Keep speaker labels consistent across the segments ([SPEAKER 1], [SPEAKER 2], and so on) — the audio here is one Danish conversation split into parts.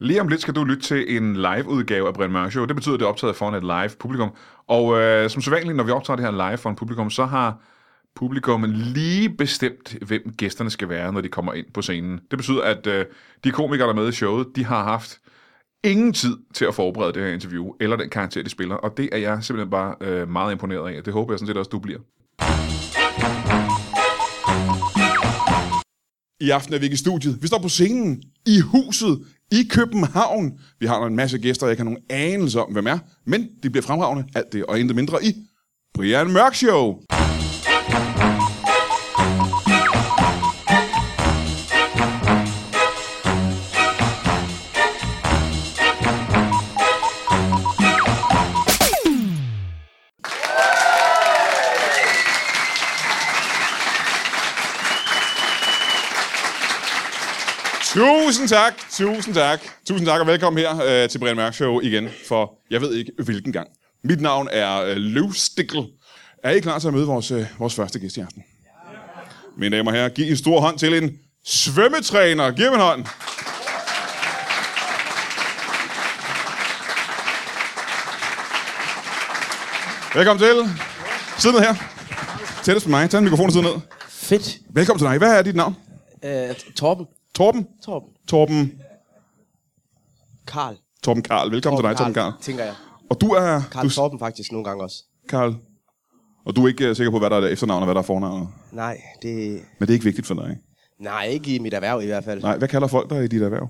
[SPEAKER 1] Lige om lidt skal du lytte til en live-udgave af Brian Mørk Show. Det betyder, at det er optaget foran et live publikum. Og øh, som sædvanligt, når vi optager det her live foran publikum, så har publikum lige bestemt, hvem gæsterne skal være, når de kommer ind på scenen. Det betyder, at øh, de komikere, der er med i showet, de har haft ingen tid til at forberede det her interview, eller den karakter, de spiller. Og det er jeg simpelthen bare øh, meget imponeret af. Det håber jeg sådan set også, du bliver.
[SPEAKER 2] I aften er vi ikke i studiet. Vi står på scenen, i huset, i København. Vi har en masse gæster, jeg ikke har nogen anelse om, hvem er. Men det bliver fremragende, alt det og intet mindre i Brian Mørk Show. Tusind tak, tusind tak. Tusind tak og velkommen her øh, til Brian Mørk Show igen, for jeg ved ikke hvilken gang. Mit navn er øh, Løvstikkel. Er I klar til at møde vores, øh, vores første gæst i aften? Mine damer og herrer, giv en stor hånd til en svømmetræner. Giv ham en hånd. Velkommen til. Sid ned her. Tættest på mig. Tag en mikrofon og sid ned.
[SPEAKER 3] Fedt.
[SPEAKER 2] Velkommen til dig. Hvad er dit navn?
[SPEAKER 3] Øh, Torben.
[SPEAKER 2] Torben?
[SPEAKER 3] Torben.
[SPEAKER 2] Torben.
[SPEAKER 3] Karl.
[SPEAKER 2] Torben Karl. Velkommen Torben til dig, Torben Karl.
[SPEAKER 3] Tænker jeg.
[SPEAKER 2] Og du er...
[SPEAKER 3] Karl
[SPEAKER 2] du,
[SPEAKER 3] du... Torben faktisk nogle gange også.
[SPEAKER 2] Karl. Og du er ikke øh, sikker på, hvad der er efternavn og hvad der er fornavn.
[SPEAKER 3] Nej, det...
[SPEAKER 2] Men det er ikke vigtigt for dig, ikke?
[SPEAKER 3] Nej, ikke i mit erhverv i hvert fald.
[SPEAKER 2] Nej, hvad kalder folk dig i dit erhverv?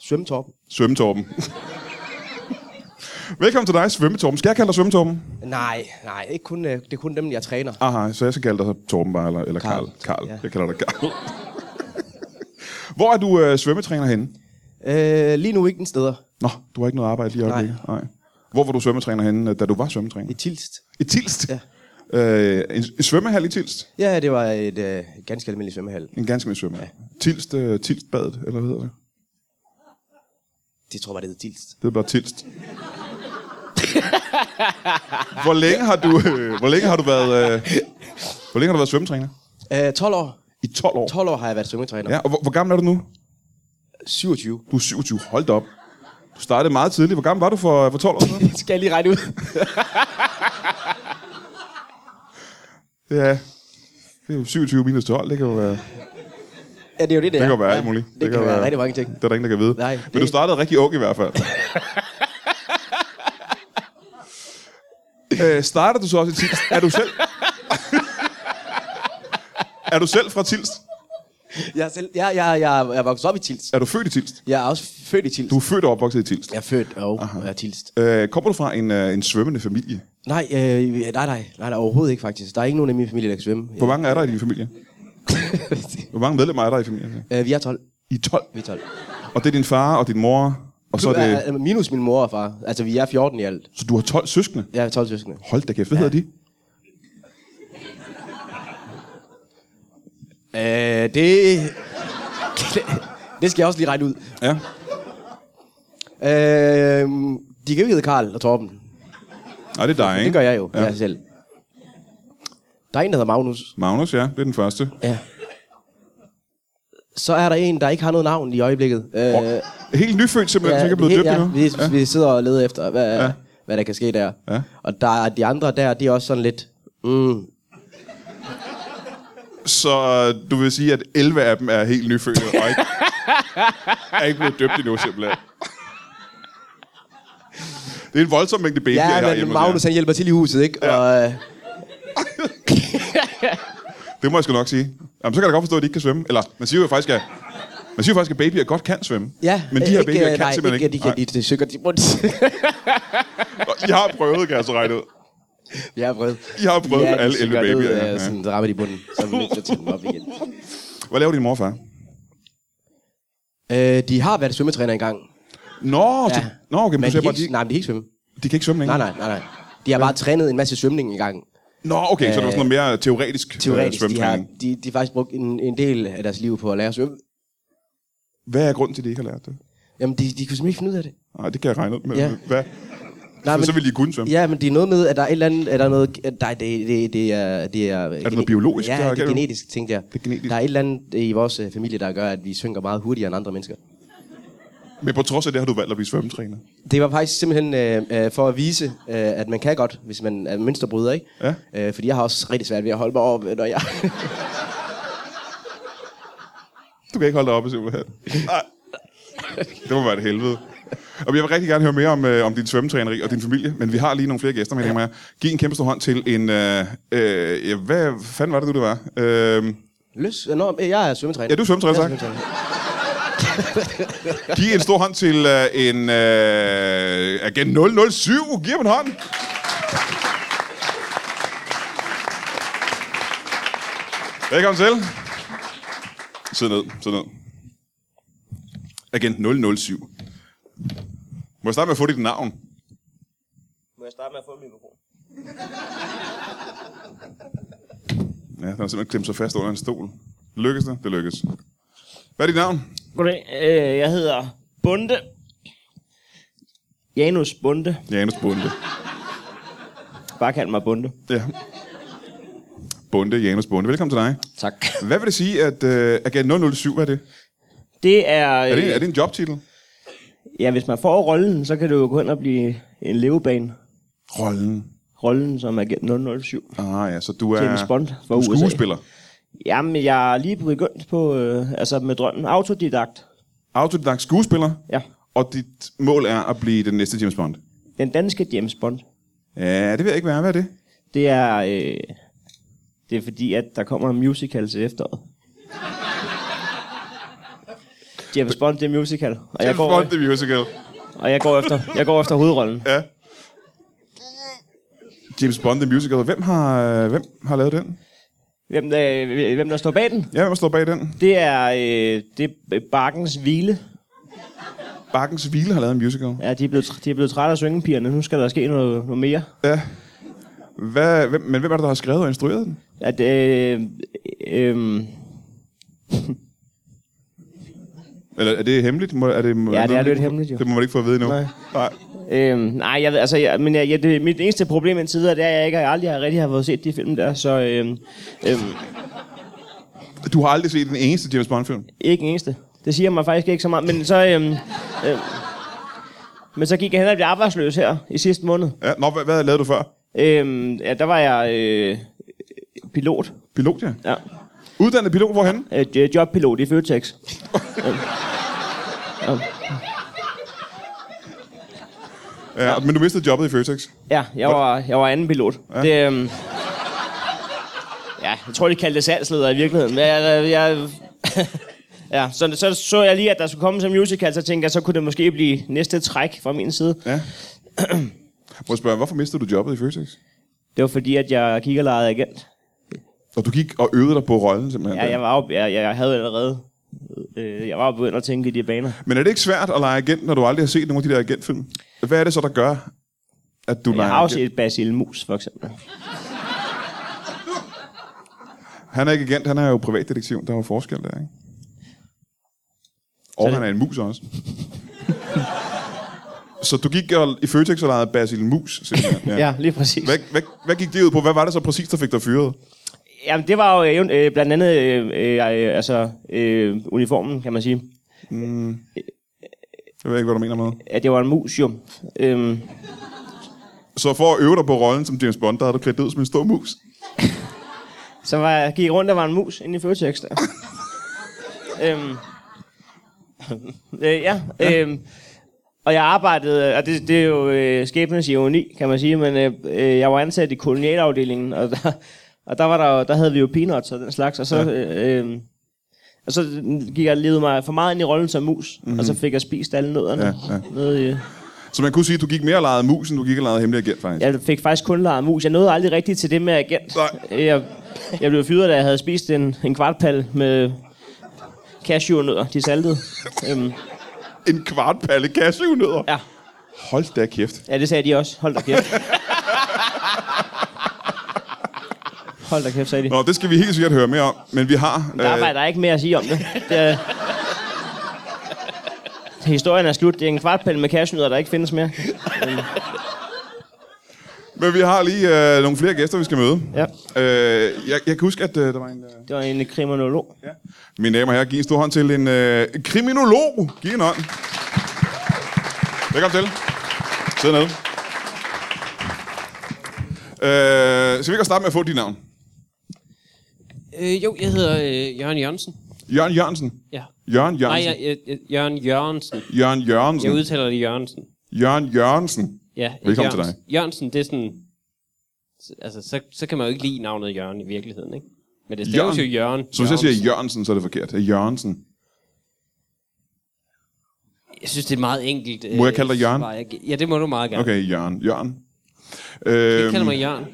[SPEAKER 3] Svømmetorben?
[SPEAKER 2] Svømmetorben. Velkommen til dig, Svømmetorben. Skal jeg kalde dig Svømmetorben?
[SPEAKER 3] Nej, nej, ikke kun, øh, det er kun dem, jeg træner.
[SPEAKER 2] Aha, så jeg skal kalde dig Torben bare, eller, eller Karl.
[SPEAKER 3] Karl.
[SPEAKER 2] Karl.
[SPEAKER 3] Ja.
[SPEAKER 2] Jeg kalder dig Karl. Hvor er du øh, svømmetræner henne?
[SPEAKER 3] Øh, lige nu ikke en steder.
[SPEAKER 2] Nå, du har ikke noget arbejde lige i
[SPEAKER 3] Nej.
[SPEAKER 2] øjeblikket. Nej. Hvor var du svømmetræner henne, øh, da du var svømmetræner?
[SPEAKER 3] I Tilst.
[SPEAKER 2] I Tilst?
[SPEAKER 3] Ja.
[SPEAKER 2] Øh, en, en svømmehal i Tilst?
[SPEAKER 3] Ja, det var et øh, ganske almindeligt svømmehal.
[SPEAKER 2] En ganske mere svømmehal. Ja. Tilst, øh, Tilstbadet, eller hvad hedder det?
[SPEAKER 3] Det tror jeg, det hed Tilst.
[SPEAKER 2] Det er bare tilst. hvor, længe har du, øh, hvor længe har du været, øh, hvor længe har du været svømmetræner?
[SPEAKER 3] Øh, 12 år.
[SPEAKER 2] I 12 år.
[SPEAKER 3] 12 år har jeg været svømmetræner.
[SPEAKER 2] Ja, og hvor, hvor gammel er du nu?
[SPEAKER 3] 27.
[SPEAKER 2] Du er 27. Hold da op. Du startede meget tidligt. Hvor gammel var du for, for 12 år siden?
[SPEAKER 3] Det skal jeg lige regne ud.
[SPEAKER 2] ja. Det er jo 27 minus 12. Det kan jo være,
[SPEAKER 3] ja, det er jo det, det,
[SPEAKER 2] det kan
[SPEAKER 3] er.
[SPEAKER 2] jo være
[SPEAKER 3] ja,
[SPEAKER 2] alt muligt.
[SPEAKER 3] Det, det kan, være rigtig mange ting.
[SPEAKER 2] Det er der ingen, der kan vide.
[SPEAKER 3] Nej,
[SPEAKER 2] Men
[SPEAKER 3] det-
[SPEAKER 2] du startede rigtig ung i hvert fald. øh, starter du så også i Tilst? Er du selv... er du selv fra Tilst?
[SPEAKER 3] Jeg er, selv, jeg, jeg, jeg, jeg er vokset op i Tilst.
[SPEAKER 2] Er du født i Tilst?
[SPEAKER 3] Jeg er også født i Tilst.
[SPEAKER 2] Du er født og opvokset i Tilst.
[SPEAKER 3] Jeg er født og er Tilst.
[SPEAKER 2] Øh, kommer du fra en, øh, en svømmende familie?
[SPEAKER 3] Nej, øh, nej, nej, nej, nej, overhovedet ikke faktisk. Der er ikke nogen i min familie, der kan svømme.
[SPEAKER 2] Hvor mange er der i din familie? Hvor mange medlemmer er der i familien?
[SPEAKER 3] øh, vi er 12.
[SPEAKER 2] I 12.
[SPEAKER 3] Vi er 12.
[SPEAKER 2] Og det er din far og din mor, og så
[SPEAKER 3] Så
[SPEAKER 2] er det...
[SPEAKER 3] det... Minus min mor og far. Altså, vi er 14 i alt.
[SPEAKER 2] Så du har 12 søskende?
[SPEAKER 3] Jeg er 12 søskende.
[SPEAKER 2] Hold da kæft, hvad ja. hedder de?
[SPEAKER 3] Øh, det... det skal jeg også lige regne ud.
[SPEAKER 2] Ja.
[SPEAKER 3] Øh, de kan jo ikke hedde Karl og Torben.
[SPEAKER 2] Nej, det er dig, ikke?
[SPEAKER 3] Det gør jeg jo.
[SPEAKER 2] Ja.
[SPEAKER 3] Ja. Jeg selv. Der er en, der hedder Magnus.
[SPEAKER 2] Magnus, ja, det er den første.
[SPEAKER 3] Ja. Så er der en, der ikke har noget navn i øjeblikket. Øh,
[SPEAKER 2] Øh, Helt nyfødt simpelthen, ja, så ikke er blevet
[SPEAKER 3] helt-
[SPEAKER 2] døbt endnu?
[SPEAKER 3] ja, vi, ja. vi sidder og leder efter, hvad,
[SPEAKER 2] Ja.
[SPEAKER 3] ja. hvad der kan ske der.
[SPEAKER 2] Ja.
[SPEAKER 3] Og der er de andre der, de er også sådan lidt... Mm,
[SPEAKER 2] Så øh, du vil sige, at 11 af dem er helt nyfødte, og ikke, er ikke blevet døbt endnu simpelthen? Det er en voldsom mængde babyer, jeg har
[SPEAKER 3] ja, men
[SPEAKER 2] hjemme hos
[SPEAKER 3] Magnus
[SPEAKER 2] jer.
[SPEAKER 3] han hjælper til i huset, ikke? Ja. Og, øh,
[SPEAKER 2] Det må jeg sgu nok sige. Jamen, så kan jeg da godt forstå, at de ikke kan svømme. Eller, man siger jo faktisk, at, man siger jo faktisk, at babyer godt kan svømme.
[SPEAKER 3] ja,
[SPEAKER 2] Men de her babyer
[SPEAKER 3] øh,
[SPEAKER 2] kan
[SPEAKER 3] nej,
[SPEAKER 2] simpelthen ikke.
[SPEAKER 3] ikke. De kan, de, de sykker de rundt.
[SPEAKER 2] Og I har prøvet, kan jeg så regne ud.
[SPEAKER 3] Jeg er vred.
[SPEAKER 2] I har prøvet med alle 11 babyer, ja,
[SPEAKER 3] Ja,
[SPEAKER 2] ja.
[SPEAKER 3] ja. øh, Sådan, så rammer de bunden, så er vi nødt til at tage dem op igen.
[SPEAKER 2] Hvad laver din mor og far?
[SPEAKER 3] Øh, de har været svømmetræner engang.
[SPEAKER 2] Nå, ja.
[SPEAKER 3] Ja.
[SPEAKER 2] så, nå okay, men, men du
[SPEAKER 3] Men de,
[SPEAKER 2] siger
[SPEAKER 3] kan
[SPEAKER 2] bare,
[SPEAKER 3] ikke,
[SPEAKER 2] de,
[SPEAKER 3] nej, men de kan ikke svømme.
[SPEAKER 2] de kan ikke svømme længere?
[SPEAKER 3] Nej, nej, nej, nej. De har bare trænet en masse svømning engang.
[SPEAKER 2] Nå, okay, så er det var sådan noget mere teoretisk, øh, teoretisk
[SPEAKER 3] Øh, Teoretisk. De har,
[SPEAKER 2] svømmetræning.
[SPEAKER 3] de, de har faktisk brugt en, en del af deres liv på at lære at svømme.
[SPEAKER 2] Hvad er grunden til, at de ikke har lært det?
[SPEAKER 3] Jamen, de, de kunne simpelthen ikke finde ud af det.
[SPEAKER 2] Nej, det kan jeg regne ud med.
[SPEAKER 3] Ja.
[SPEAKER 2] Ja. Hvad?
[SPEAKER 3] Nej,
[SPEAKER 2] så ville de kunne svømme.
[SPEAKER 3] Ja, men det er noget med, at der er et eller andet... Er der noget, at nej, det, det, det er... Det er, er
[SPEAKER 2] noget biologisk,
[SPEAKER 3] Ja,
[SPEAKER 2] der er
[SPEAKER 3] det er
[SPEAKER 2] galt?
[SPEAKER 3] genetisk, tænkte jeg.
[SPEAKER 2] Det er genetisk.
[SPEAKER 3] Der er et eller andet i vores øh, familie, der gør, at vi synker meget hurtigere end andre mennesker.
[SPEAKER 2] Men på trods af det har du valgt at blive svømmetræner.
[SPEAKER 4] Det var faktisk simpelthen øh, øh, for at vise, øh, at man kan godt, hvis man er mønsterbryder, ikke?
[SPEAKER 2] Ja.
[SPEAKER 4] Øh, fordi jeg har også rigtig svært ved at holde mig op, når jeg...
[SPEAKER 2] Du kan ikke holde dig oppe, simpelthen. Nej. Det må være et helvede. Og jeg vil rigtig gerne høre mere om, øh, om din svømmetræneri og din familie, men vi har lige nogle flere gæster med. Ja. Giv en kæmpe stor hånd til en... Øh, øh, ja, hvad fanden var det, du det var? Øh,
[SPEAKER 4] Løs? Nå, jeg er svømmetræner.
[SPEAKER 2] Ja, du er svømmetræner,
[SPEAKER 4] Jeg er
[SPEAKER 2] tak.
[SPEAKER 4] svømmetræner.
[SPEAKER 2] giv en stor hånd til øh, en... Øh, agent 007. Giv ham en hånd. Velkommen til. Sid ned, sid ned. Agent 007. Må jeg starte med at få dit navn?
[SPEAKER 3] Må jeg starte med at få en mikrofon?
[SPEAKER 2] Ja, den har simpelthen klemt sig fast under en stol. Lykkes det? Det lykkes. Hvad er dit navn?
[SPEAKER 3] Goddag. Øh, jeg hedder Bunde. Janus Bunde.
[SPEAKER 2] Janus Bunde.
[SPEAKER 3] Bare kald mig Bunde.
[SPEAKER 2] Ja. Bunde, Janus Bunde. Velkommen til dig.
[SPEAKER 3] Tak.
[SPEAKER 2] Hvad vil det sige, at øh, Agent 007 hvad er det?
[SPEAKER 3] Det er...
[SPEAKER 2] Er det, er det en jobtitel?
[SPEAKER 3] Ja, hvis man får rollen, så kan du jo gå hen og blive en levebane.
[SPEAKER 2] Rollen.
[SPEAKER 3] Rollen som agent 007.
[SPEAKER 2] Ah ja, så du er,
[SPEAKER 3] James Bond fra
[SPEAKER 2] du er
[SPEAKER 3] USA.
[SPEAKER 2] skuespiller.
[SPEAKER 3] Jamen, jeg er lige begyndt på, øh, altså med drømmen, autodidakt.
[SPEAKER 2] Autodidakt skuespiller,
[SPEAKER 3] Ja.
[SPEAKER 2] og dit mål er at blive den næste James Bond.
[SPEAKER 3] Den danske James Bond.
[SPEAKER 2] Ja, det vil jeg ikke være. Hvad er det?
[SPEAKER 3] Det er, øh, det er fordi, at der kommer en musical til efteråret. James Bond, det er musical. Og jeg
[SPEAKER 2] James
[SPEAKER 3] går,
[SPEAKER 2] Bond, The Musical.
[SPEAKER 3] Og jeg går efter, jeg går efter hovedrollen.
[SPEAKER 2] Ja. James Bond, The Musical. Hvem har, øh, hvem har lavet den?
[SPEAKER 3] Hvem der, hvem der står bag den?
[SPEAKER 2] Ja, hvem står bag den?
[SPEAKER 3] Det er, øh, det er Bakkens Hvile.
[SPEAKER 2] Bakkens Hvile har lavet en musical.
[SPEAKER 3] Ja, de er blevet, tr- de er blevet trætte af syngepigerne. Nu skal der ske noget, noget mere.
[SPEAKER 2] Ja. Hvad, hvem, men hvem er det, der har skrevet og instrueret den?
[SPEAKER 3] At, øh, øh,
[SPEAKER 2] Eller er det hemmeligt? Må, er det, må,
[SPEAKER 3] Ja, det er
[SPEAKER 2] noget,
[SPEAKER 3] lidt
[SPEAKER 2] man-
[SPEAKER 3] hemmeligt, jo.
[SPEAKER 2] Det må man ikke få at vide nu.
[SPEAKER 3] Nej.
[SPEAKER 2] Nej.
[SPEAKER 3] øh, nej, jeg ved, altså, jeg, men jeg, jeg, det, mit eneste problem indtil videre, det er, at jeg ikke jeg aldrig har rigtig har fået set de film der, så øh, øh,
[SPEAKER 2] Du har aldrig set den eneste James Bond-film.
[SPEAKER 3] ikke en eneste. Det siger mig faktisk ikke så meget, men så, øh, øh, men så gik jeg hen og blev arbejdsløs her i sidste måned.
[SPEAKER 2] Ja, nå, hvad, hvad lavede du før?
[SPEAKER 3] Øh, ja, der var jeg øh, pilot.
[SPEAKER 2] Pilot, ja.
[SPEAKER 3] Ja.
[SPEAKER 2] Uddannet pilot, hvorhen?
[SPEAKER 3] Øh, j- jobpilot i Føtex. Øh,
[SPEAKER 2] Ja, ja. Men du mistede jobbet i Føtex.
[SPEAKER 3] Ja, jeg var, jeg var anden pilot. Ja. Det, øhm, ja, jeg tror, de kaldte det salgsleder i virkeligheden. Men jeg, jeg, jeg, ja, så, så så jeg lige, at der skulle komme som musical, så tænkte jeg, så kunne det måske blive næste træk fra min side.
[SPEAKER 2] Ja. Må jeg spørge, hvorfor mistede du jobbet i Føtex?
[SPEAKER 3] Det var fordi, at jeg gik og legede agent.
[SPEAKER 2] Og du gik og øvede dig på rollen, simpelthen.
[SPEAKER 3] Ja, jeg, var jo, jeg, jeg havde allerede... Øh, jeg var jo begyndt at tænke i de baner.
[SPEAKER 2] Men er det ikke svært at lege agent, når du aldrig har set nogen af de der agentfilm? Hvad er det så, der gør, at du
[SPEAKER 3] Jeg
[SPEAKER 2] leger
[SPEAKER 3] har jo
[SPEAKER 2] agent?
[SPEAKER 3] set Basil Mus, for eksempel.
[SPEAKER 2] Han er ikke agent, han er jo privatdetektiv. Der er jo forskel der, ikke? Og
[SPEAKER 3] Så det-
[SPEAKER 2] han er en mus også. så du gik og, i Føtex og legede Basil Mus, simpelthen.
[SPEAKER 3] Ja, lige præcis.
[SPEAKER 2] Hvad, hvad, hvad gik det ud på? Hvad var det så præcis, der fik dig fyret?
[SPEAKER 3] Jamen, det var jo øh, øh, blandt andet øh, øh, øh, altså, øh, uniformen, kan man sige.
[SPEAKER 2] Jeg ved ikke, hvad du mener med.
[SPEAKER 3] At jeg var en mus, jo. Øhm,
[SPEAKER 2] Så for at øve dig på rollen som James Bond, der havde du klædt dig ud som en stor mus.
[SPEAKER 3] Så var jeg, gik jeg rundt og var en mus inde i Føtex der. øhm, øh, ja, øhm, og jeg arbejdede, og det, det er jo øh, skæbnens ironi, kan man sige, men øh, øh, jeg var ansat i kolonialafdelingen, og der, og der, var der, jo- der havde vi jo peanuts og den slags, og så, øh, øh, og så gik jeg levede mig for meget ind i rollen som mus, mm-hmm. og så fik jeg spist alle nødderne.
[SPEAKER 2] Mhm. Ja, ja.
[SPEAKER 3] Nede i,
[SPEAKER 2] Så man kunne sige, at du gik mere og legede mus, end du gik og legede hemmelig agent, faktisk. Ja.
[SPEAKER 3] jeg fik faktisk kun lejet mus. Jeg nåede aldrig rigtigt til det med agent.
[SPEAKER 2] Nej.
[SPEAKER 3] Jeg, jeg blev fyret, da jeg havde spist en, en kvartpal med cashewnødder, de saltede. øhm,
[SPEAKER 2] En kvart palle cashewnødder.
[SPEAKER 3] ja.
[SPEAKER 2] Hold da kæft.
[SPEAKER 3] ja, det sagde de også. Hold da kæft. Hold da kæft, sagde de.
[SPEAKER 2] Nå, øh. det skal vi helt sikkert høre mere om, men vi har...
[SPEAKER 3] Der er, bare- der er ikke mere at sige om det. det er, historien er slut. Det er en kvartpal med cashewnødder, der ikke findes mere.
[SPEAKER 2] men vi har lige øh, nogle flere gæster, vi skal møde.
[SPEAKER 3] Ja.
[SPEAKER 2] Øh, jeg, jeg kan huske, at øh, der var en... Øh,
[SPEAKER 3] Det var en kriminolog.
[SPEAKER 2] ja. Mine damer og herrer, giv en stor hånd til en øh, kriminolog. Giv en hånd. Velkommen til. Sid nede. Øh, skal vi ikke starte med at få dit navn?
[SPEAKER 5] Øh, jo, jeg hedder øh, Jørgen Jørgensen.
[SPEAKER 2] Jørgen Jørgensen.
[SPEAKER 5] Ja.
[SPEAKER 2] Jørgen
[SPEAKER 5] Nej,
[SPEAKER 2] Jørgensen.
[SPEAKER 5] jeg, jeg, jeg, Jørgen Jørgensen.
[SPEAKER 2] Jørgen Jørgensen.
[SPEAKER 5] Jeg udtaler det Jørgensen.
[SPEAKER 2] Jørgen Jørgensen.
[SPEAKER 5] Ja, ikke
[SPEAKER 2] Velkommen til
[SPEAKER 5] Jørgensen. Jørgensen, det er sådan... Altså, så, så kan man jo ikke lide navnet Jørgen i virkeligheden, ikke? Men det staves jo Jørgen.
[SPEAKER 2] Så hvis jeg siger
[SPEAKER 5] Jørgensen.
[SPEAKER 2] Jørgensen, så er det forkert. Det er Jørgensen.
[SPEAKER 5] Jeg synes, det er meget enkelt.
[SPEAKER 2] Må
[SPEAKER 5] øh,
[SPEAKER 2] jeg kalde dig Jørgen?
[SPEAKER 5] svar. Jeg gi- Ja, det må du meget gerne.
[SPEAKER 2] Okay, Jørgen. Jørgen.
[SPEAKER 5] Jeg kalder
[SPEAKER 2] Øh,
[SPEAKER 5] mig Jørgen.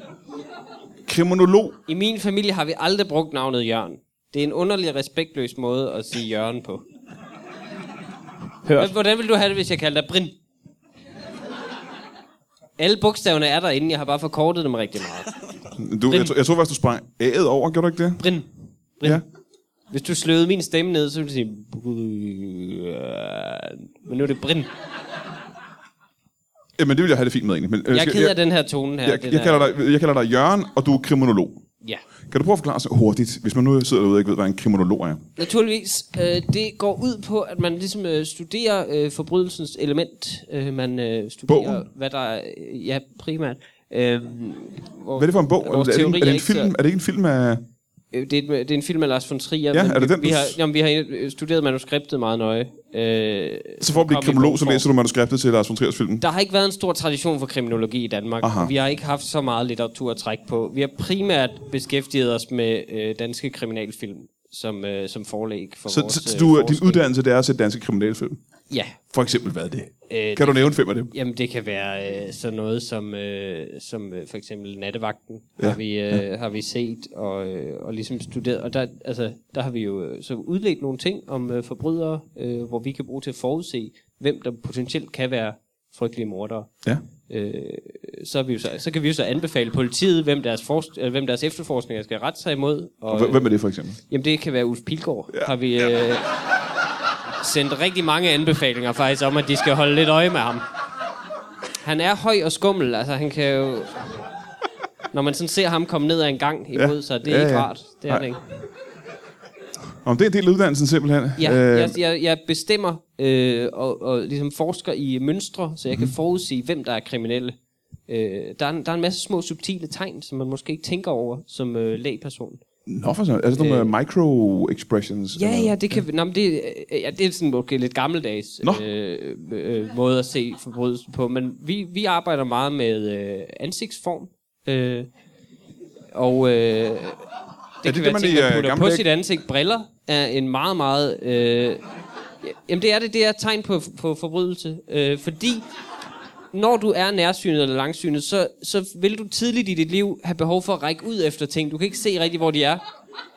[SPEAKER 2] kriminolog.
[SPEAKER 5] I min familie har vi aldrig brugt navnet Jørgen. Det er en underlig respektløs måde at sige Jørgen på.
[SPEAKER 6] Hørt.
[SPEAKER 5] H- Hvordan vil du have det, hvis jeg kalder dig Brin? Alle bogstaverne er derinde, jeg har bare forkortet dem rigtig meget.
[SPEAKER 2] Du, jeg, tror- jeg tror faktisk, du sprang A'et over. Gjorde du ikke det?
[SPEAKER 5] Brin. Brin.
[SPEAKER 2] Ja.
[SPEAKER 5] Ja. Hvis du sløvede min stemme ned, så ville du sige... "Brin." Men nu er det Brin.
[SPEAKER 2] Jamen, det vil jeg have det fint med egentlig. Men, øh,
[SPEAKER 5] Jeg er
[SPEAKER 2] skal-
[SPEAKER 5] ked af den her tone her.
[SPEAKER 2] Jeg,
[SPEAKER 5] den
[SPEAKER 2] jeg, jeg,
[SPEAKER 5] er-
[SPEAKER 2] kalder dig, jeg kalder dig Jørgen, og du er kriminolog.
[SPEAKER 5] Ja.
[SPEAKER 2] Kan du prøve at forklare så hurtigt, hvis man nu sidder derude og ikke ved, hvad en kriminolog er?
[SPEAKER 5] Naturligvis. Øh, det går ud på, at man ligesom øh, studerer øh, forbrydelsens element. Øh, man øh, studerer,
[SPEAKER 2] Bogen?
[SPEAKER 5] hvad der er... Øh, ja, primært. Øh, hvor,
[SPEAKER 2] Hvad er det for en bog? Er
[SPEAKER 5] Vores
[SPEAKER 2] det, er, det, en-
[SPEAKER 5] teori
[SPEAKER 2] er, det en
[SPEAKER 5] ikke så-
[SPEAKER 2] film? er det ikke en film af...
[SPEAKER 5] Øh, Det er, et- det er en film af Lars von Trier.
[SPEAKER 2] Ja,
[SPEAKER 5] men
[SPEAKER 2] er det
[SPEAKER 5] vi,
[SPEAKER 2] den, du
[SPEAKER 5] Vi har,
[SPEAKER 2] s-
[SPEAKER 5] jamen, vi har øh, studeret manuskriptet meget nøje. Øh,
[SPEAKER 2] Så for at blive
[SPEAKER 5] kom i
[SPEAKER 2] kriminolog, så
[SPEAKER 5] bogform.
[SPEAKER 2] læser du manuskriptet til Lars von Triers film.
[SPEAKER 5] Der har ikke været en stor tradition for kriminologi i Danmark.
[SPEAKER 2] Aha.
[SPEAKER 5] Vi har ikke haft så meget litteratur at trække på. Vi har primært beskæftiget os med øh, danske kriminalfilm som, øh, som forlæg for
[SPEAKER 2] Så,
[SPEAKER 5] vores...
[SPEAKER 2] så, så
[SPEAKER 5] øh,
[SPEAKER 2] du, din
[SPEAKER 5] forskning.
[SPEAKER 2] uddannelse, det er at se danske kriminalfilm.
[SPEAKER 5] Ja.
[SPEAKER 2] For eksempel, hvad er det?
[SPEAKER 5] Øh,
[SPEAKER 2] Kan du nævne fem af dem?
[SPEAKER 5] Jamen, det kan være øh, sådan noget som, øh, som øh, for eksempel Nattevagten har, vi, øh, har vi set og, øh, og ligesom studeret. Og der, altså, der har vi jo øh, så udledt nogle ting om øh, forbrydere, øh, hvor vi kan bruge til at forudse, hvem der potentielt kan være frygtelige mordere.
[SPEAKER 2] Ja.
[SPEAKER 5] Øh, så, er vi jo så, så kan vi jo så anbefale politiet, hvem deres, forst, øh, hvem deres efterforskninger skal rette sig imod. Og, øh,
[SPEAKER 2] Hvem- Hvem er det for eksempel?
[SPEAKER 5] Jamen, det kan være Ulf Pilgaard. Ja. Har vi øh, sendt rigtig mange anbefalinger faktisk om, at de skal holde lidt øje med ham. Han er høj og skummel, altså han kan jo... Når man sådan ser ham komme ned ad en gang imod ja. sig, det er
[SPEAKER 2] Ja,
[SPEAKER 5] ja, ikke
[SPEAKER 2] ja.
[SPEAKER 5] rart. Det er han
[SPEAKER 2] Nej.
[SPEAKER 5] ikke.
[SPEAKER 2] Om det er en del af uddannelsen simpelthen.
[SPEAKER 5] Ja,
[SPEAKER 2] Øh,
[SPEAKER 5] jeg, jeg, jeg bestemmer øh, og, og ligesom forsker i mønstre, så jeg kan forudsige, hvem der er kriminelle. Øh, der, er en, der er en masse små subtile tegn, som man måske ikke tænker over som øh, lægperson.
[SPEAKER 2] Nå, for sådan, er det sådan nogle øh, micro-expressions?
[SPEAKER 5] Ja,
[SPEAKER 2] eller-
[SPEAKER 5] ja, det kan vi... Nå, men det, øh, ja, det er sådan måske lidt gammeldags
[SPEAKER 2] Nå.
[SPEAKER 5] øh, øh, måde at se forbrydelsen på, men vi, vi arbejder meget med øh, ansigtsform, øh, og øh, det,
[SPEAKER 2] det
[SPEAKER 5] kan
[SPEAKER 2] det,
[SPEAKER 5] være
[SPEAKER 2] man
[SPEAKER 5] ting,
[SPEAKER 2] i, øh,
[SPEAKER 5] man putter
[SPEAKER 2] gamle
[SPEAKER 5] på
[SPEAKER 2] dage-
[SPEAKER 5] sit ansigt. Briller er en meget, meget... Øh, jamen, det er det, det er et tegn på, på forbrydelse, øh, fordi når du er nærsynet eller langsynet, så, så vil du tidligt i dit liv have behov for at række ud efter ting. Du kan ikke se rigtig, hvor de er.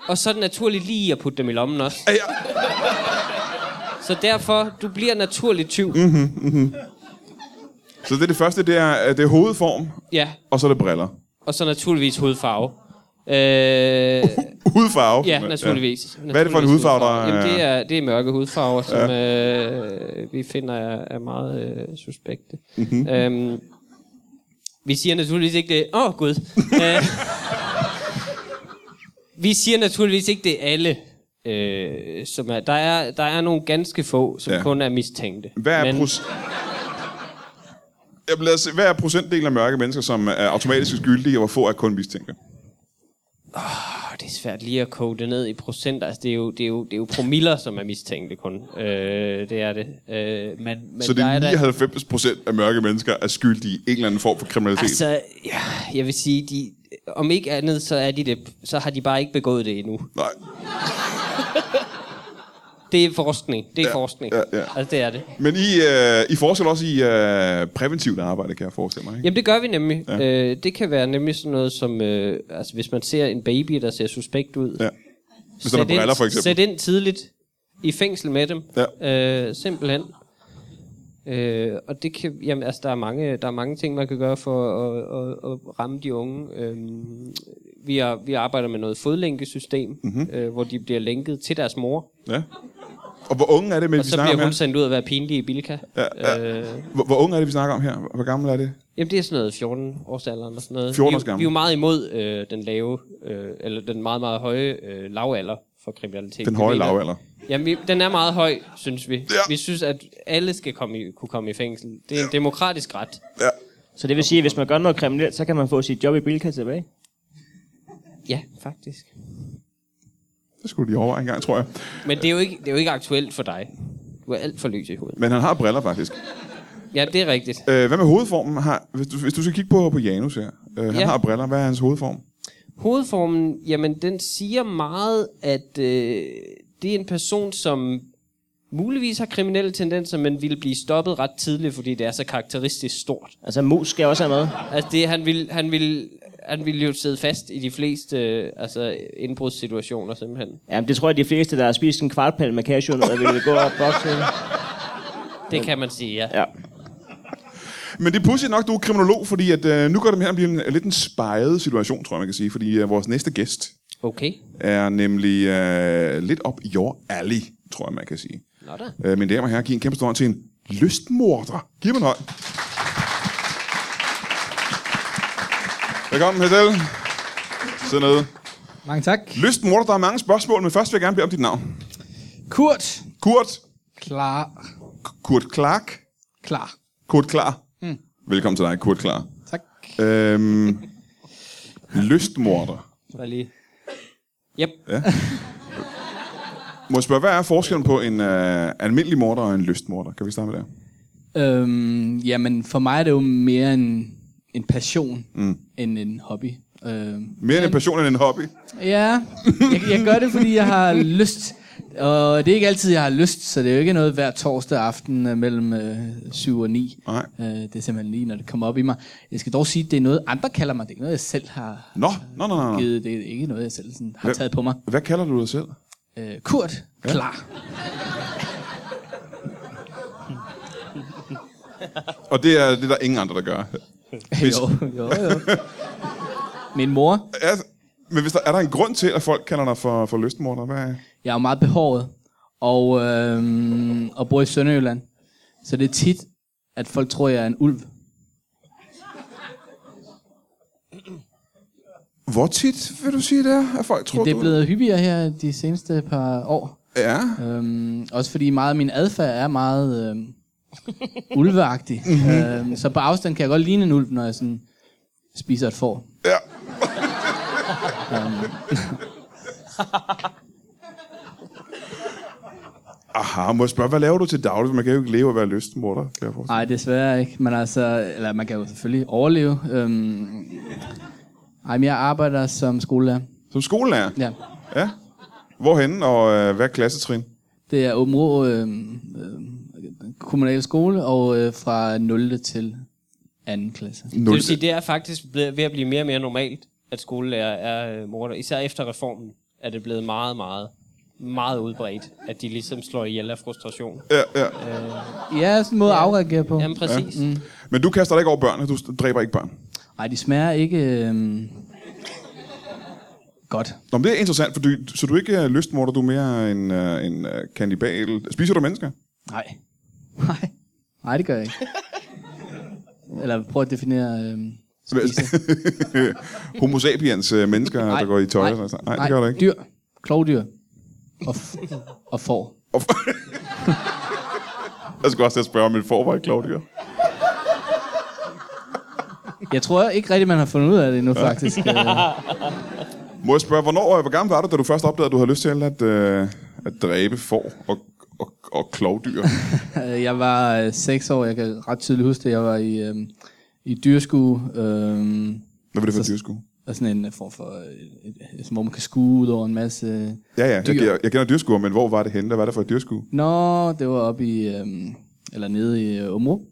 [SPEAKER 5] Og så er det naturligt lige at putte dem i lommen også.
[SPEAKER 2] Ah, ja.
[SPEAKER 5] Så derfor, du bliver naturlig tyv. Mm.
[SPEAKER 2] Så det, er det første, det er, at det er hovedform,
[SPEAKER 5] Ja,
[SPEAKER 2] og så er det briller.
[SPEAKER 5] og så naturligvis hudfarve. Øh,
[SPEAKER 2] Uh. Hudfarve.
[SPEAKER 5] ja, naturligvis.
[SPEAKER 2] Hvad er det for en hudfarve, der er-
[SPEAKER 5] Jamen, det er, det er mørke hudfarver, som øh, vi finder er, er meget øh, suspekte.
[SPEAKER 2] Mhm.
[SPEAKER 5] Mm-hmm. Øhm, vi siger naturligvis ikke det... Åh, oh, Gud. øh, vi siger naturligvis ikke det er alle. Øh, som er, der, er, der er nogle ganske få, som
[SPEAKER 2] Ja.
[SPEAKER 5] ja. kun er mistænkte.
[SPEAKER 2] Hvad er,
[SPEAKER 5] Men-
[SPEAKER 2] proc- Jamen, lad os, se. hvad er procentdelen af mørke mennesker, som er automatisk skyldige, og hvor få er kun mistænkte?
[SPEAKER 5] Og det er svært lige at kode det ned i procenter. Altså, det, er jo, det, er jo, det er jo promiller, som er mistænkte kun. Øh, det er det. Øh, men, men
[SPEAKER 2] Så det
[SPEAKER 5] der
[SPEAKER 2] er
[SPEAKER 5] er da-
[SPEAKER 2] 99 procent af mørke mennesker er skyldige i en eller anden form for kriminalitet. Altså,
[SPEAKER 5] Altså, ja, jeg vil sige, de, om ikke andet, så, er de det, så har de bare ikke begået det endnu.
[SPEAKER 2] Nej.
[SPEAKER 5] Det er forskning. Det er ja, forskning.
[SPEAKER 2] ja, ja.
[SPEAKER 5] Altså, det er det.
[SPEAKER 2] Men I, øh, I forsker også i øh, præventivt arbejde, kan jeg forestille mig. Ikke?
[SPEAKER 5] Jamen, det gør vi nemlig. Ja. Øh, det kan være nemlig sådan noget som, øh, altså, hvis man ser en baby, der ser suspekt ud.
[SPEAKER 2] Ja. Hvis der er
[SPEAKER 5] ind-
[SPEAKER 2] briller, for eksempel.
[SPEAKER 5] Sæt ind tidligt i fængsel med dem.
[SPEAKER 2] Ja.
[SPEAKER 5] Øh, simpelthen. Øh, og det kan, jamen, altså, der, er mange, der er mange ting, man kan gøre for at, at, at ramme de unge. Øhm, vi, er, vi arbejder med noget fodlænkesystem,
[SPEAKER 2] Mhm.
[SPEAKER 5] mm-hmm. øh, hvor de bliver lænket til deres mor.
[SPEAKER 2] Ja. Og hvor unge er det, med, vi
[SPEAKER 5] Og så
[SPEAKER 2] snakker om
[SPEAKER 5] bliver
[SPEAKER 2] her?
[SPEAKER 5] hun sendt ud at være pinlig i Bilka. Ja, ja. Øh,
[SPEAKER 2] Hvor, hvor unge er det, vi snakker om her? Hvor gammel er det?
[SPEAKER 5] Jamen, det er sådan noget 14 års alderen og sådan noget.
[SPEAKER 2] 14
[SPEAKER 5] vi,
[SPEAKER 2] års gammel.
[SPEAKER 5] Vi er jo meget imod øh, den lave, øh, eller den meget, meget høje øh, lavalder for kriminalitet.
[SPEAKER 2] Den
[SPEAKER 5] Vi
[SPEAKER 2] høje
[SPEAKER 5] mener-
[SPEAKER 2] lavalder.
[SPEAKER 5] Jamen, vi, den er meget høj, synes vi.
[SPEAKER 2] Ja.
[SPEAKER 5] Vi synes, at alle skal komme i, kunne komme i fængsel. Det er en demokratisk ret.
[SPEAKER 3] Så det vil sige, at hvis man gør noget kriminelt, så kan man få sit job i Bilka tilbage.
[SPEAKER 5] Ja, faktisk.
[SPEAKER 2] Det skulle de overveje engang, tror jeg.
[SPEAKER 5] Men det er jo ikke, det er jo ikke aktuelt for dig. Du er alt for lys i hovedet.
[SPEAKER 2] Men han har briller, faktisk.
[SPEAKER 5] Ja, det er rigtigt.
[SPEAKER 2] Øh, hvad med hovedformen? Har, hvis, du, hvis du skal kigge på, på Janus her. Øh, han
[SPEAKER 5] Ja.
[SPEAKER 2] har briller. Hvad er hans hovedform?
[SPEAKER 5] Hovedformen, jamen den siger meget, at øh, det er en person, som muligvis har kriminelle tendenser, men ville blive stoppet ret tidligt, fordi det er så karakteristisk stort.
[SPEAKER 3] Altså, mus skal også have med.
[SPEAKER 5] Altså det, han ville, han ville, han ville jo sidde fast i de fleste øh, altså, indbrudssituationer simpelthen.
[SPEAKER 3] Jamen, det tror jeg, de fleste, der har spist en kvartpalme med cashewnødder, ville gå og bokse.
[SPEAKER 5] Det kan man sige, ja.
[SPEAKER 3] Ja.
[SPEAKER 2] Men det er pudsigt nok, du er kriminolog, fordi at, øh, nu går det her blive en, lidt en spejet situation, tror jeg, man kan sige. Fordi øh, vores næste gæst
[SPEAKER 5] Okay.
[SPEAKER 2] er nemlig øh, lidt op your alley, tror jeg, man kan sige.
[SPEAKER 5] Nå da.
[SPEAKER 2] Øh, mine damer og herrer, giv en kæmpe stor hånd til en lystmorder. Giv mig en hånd. Velkommen, Hazel. Sid nede.
[SPEAKER 7] Mange tak.
[SPEAKER 2] Lystmorder, der er mange spørgsmål, men først vil jeg gerne bede om dit navn.
[SPEAKER 7] Kurt.
[SPEAKER 2] Kurt.
[SPEAKER 7] Klar.
[SPEAKER 2] Kurt Clark.
[SPEAKER 7] Klar.
[SPEAKER 2] Kurt Klar.
[SPEAKER 7] Hmm.
[SPEAKER 2] Mm. Velkommen til dig, Kurt Klar.
[SPEAKER 7] Tak.
[SPEAKER 2] Øhm, lystmorder.
[SPEAKER 5] Bare lige. Yep.
[SPEAKER 2] Må jeg spørge, hvad er forskellen på en øh, almindelig morder og en lystmorder? Kan vi starte med det?
[SPEAKER 7] Øhm, jamen, for mig er det jo mere en, en passion mm. end en hobby. Øhm,
[SPEAKER 2] Mere end en passion end en hobby.
[SPEAKER 7] Ja, jeg, jeg gør det, fordi jeg har lyst. Og det er ikke altid, jeg har lyst, så det er jo ikke noget hver torsdag aften øh, mellem øh, 7 og 9.
[SPEAKER 2] Nej.
[SPEAKER 7] Øh, det er simpelthen lige, når det kommer op i mig. Jeg skal dog sige, at det er noget, andre kalder mig. Det er ikke noget, jeg selv har
[SPEAKER 2] Nå, nå, nå, nå. nå.
[SPEAKER 7] givet. Det er ikke noget, jeg selv sådan, har
[SPEAKER 2] Hvem-
[SPEAKER 7] taget på mig.
[SPEAKER 2] Hvad kalder du dig selv?
[SPEAKER 7] Øh, Kurt, klar.
[SPEAKER 2] Og det er det, er der ingen andre, der gør. Hvis,
[SPEAKER 7] Jo, jo, jo. Min mor,
[SPEAKER 2] er, men hvis der, er der en grund til, at folk kalder dig for, for lystmorder? Hvad?
[SPEAKER 7] jeg er jo meget behåret, og, øhm, og bor i Sønderjylland. Så det er tit, at folk tror, jeg er en ulv.
[SPEAKER 2] Hvor tit vil du sige det er, at folk tror,
[SPEAKER 7] Det er
[SPEAKER 2] du...
[SPEAKER 7] blevet hyppigere her de seneste par år.
[SPEAKER 2] Ja,
[SPEAKER 7] Øhm, også fordi meget af min adfærd er meget øhm, ulveagtig. øhm, så på afstand kan jeg godt ligne en ulv, når jeg sådan spiser et får.
[SPEAKER 2] ja. Aha, må jeg spørge, hvad laver du til daglig? For Man kan jo ikke leve af at være lystmorder, kan jeg forstå.
[SPEAKER 7] Nej, desværre ikke. Men altså, eller man kan jo selvfølgelig overleve. Øhm, ej, men jeg arbejder som skolelærer.
[SPEAKER 2] Som skolelærer?
[SPEAKER 7] Ja.
[SPEAKER 2] ja. Hvorhenne, og øh, hvad er klassetrin?
[SPEAKER 7] Det er Åben Rå øh, øh, kommunal skole, og øh, fra 0. til 2. klasse.
[SPEAKER 2] 0.
[SPEAKER 5] Det vil sige, det er faktisk blevet- ved at blive mere og mere normalt, at skolelærer er øh, morder. Især efter reformen er det blevet meget, meget, meget udbredt, at de ligesom slår ihjel af frustration.
[SPEAKER 2] Ja, ja.
[SPEAKER 7] Ja, sådan en måde at afreagere på.
[SPEAKER 5] Jamen præcis. Ja. Mm.
[SPEAKER 2] Men du kaster dig ikke over børnene, du dræber ikke børn.
[SPEAKER 7] Nej, de smager ikke øh, godt.
[SPEAKER 2] Nå, men det er interessant, for du, så du er ikke øh, lystmorder, du er mere en, øh, en øh, kannibal. Spiser du mennesker?
[SPEAKER 7] Nej. Nej. Nej, det gør jeg ikke. Eller prøv at definere... Øh, spise.
[SPEAKER 2] Homo sapiens øh, mennesker, der går i tøj. og sådan noget. Nej, det gør du ikke.
[SPEAKER 7] Dyr. Klovdyr. Og, f- og får.
[SPEAKER 2] Jeg skulle også til at spørge, om et får var et klovdyr.
[SPEAKER 7] Jeg tror ikke rigtigt, man har fundet ud af det endnu, faktisk. Øh,
[SPEAKER 2] Må jeg spørge, hvornår, øh, hvor gammel var du, da du først opdagede, at du havde lyst til at, øh, at dræbe får og, og, og klovdyr?
[SPEAKER 7] øh, jeg var øh, seks år, jeg kan ret tydeligt huske det. Jeg var i, øh, i dyrskue. Øh,
[SPEAKER 2] Hvad var det for et
[SPEAKER 7] Så-
[SPEAKER 2] dyrskue?
[SPEAKER 7] og sådan en øh, form for... Øh, et- et- hvor man kan skue ud over en masse... øh,
[SPEAKER 2] Ja, ja, jeg,
[SPEAKER 7] Dyr.
[SPEAKER 2] jeg, jeg kender dyrskue, men hvor var det henne? Hvad var det for et dyrskue?
[SPEAKER 7] Nå, det var oppe i... Øh, eller nede i øh, Omro.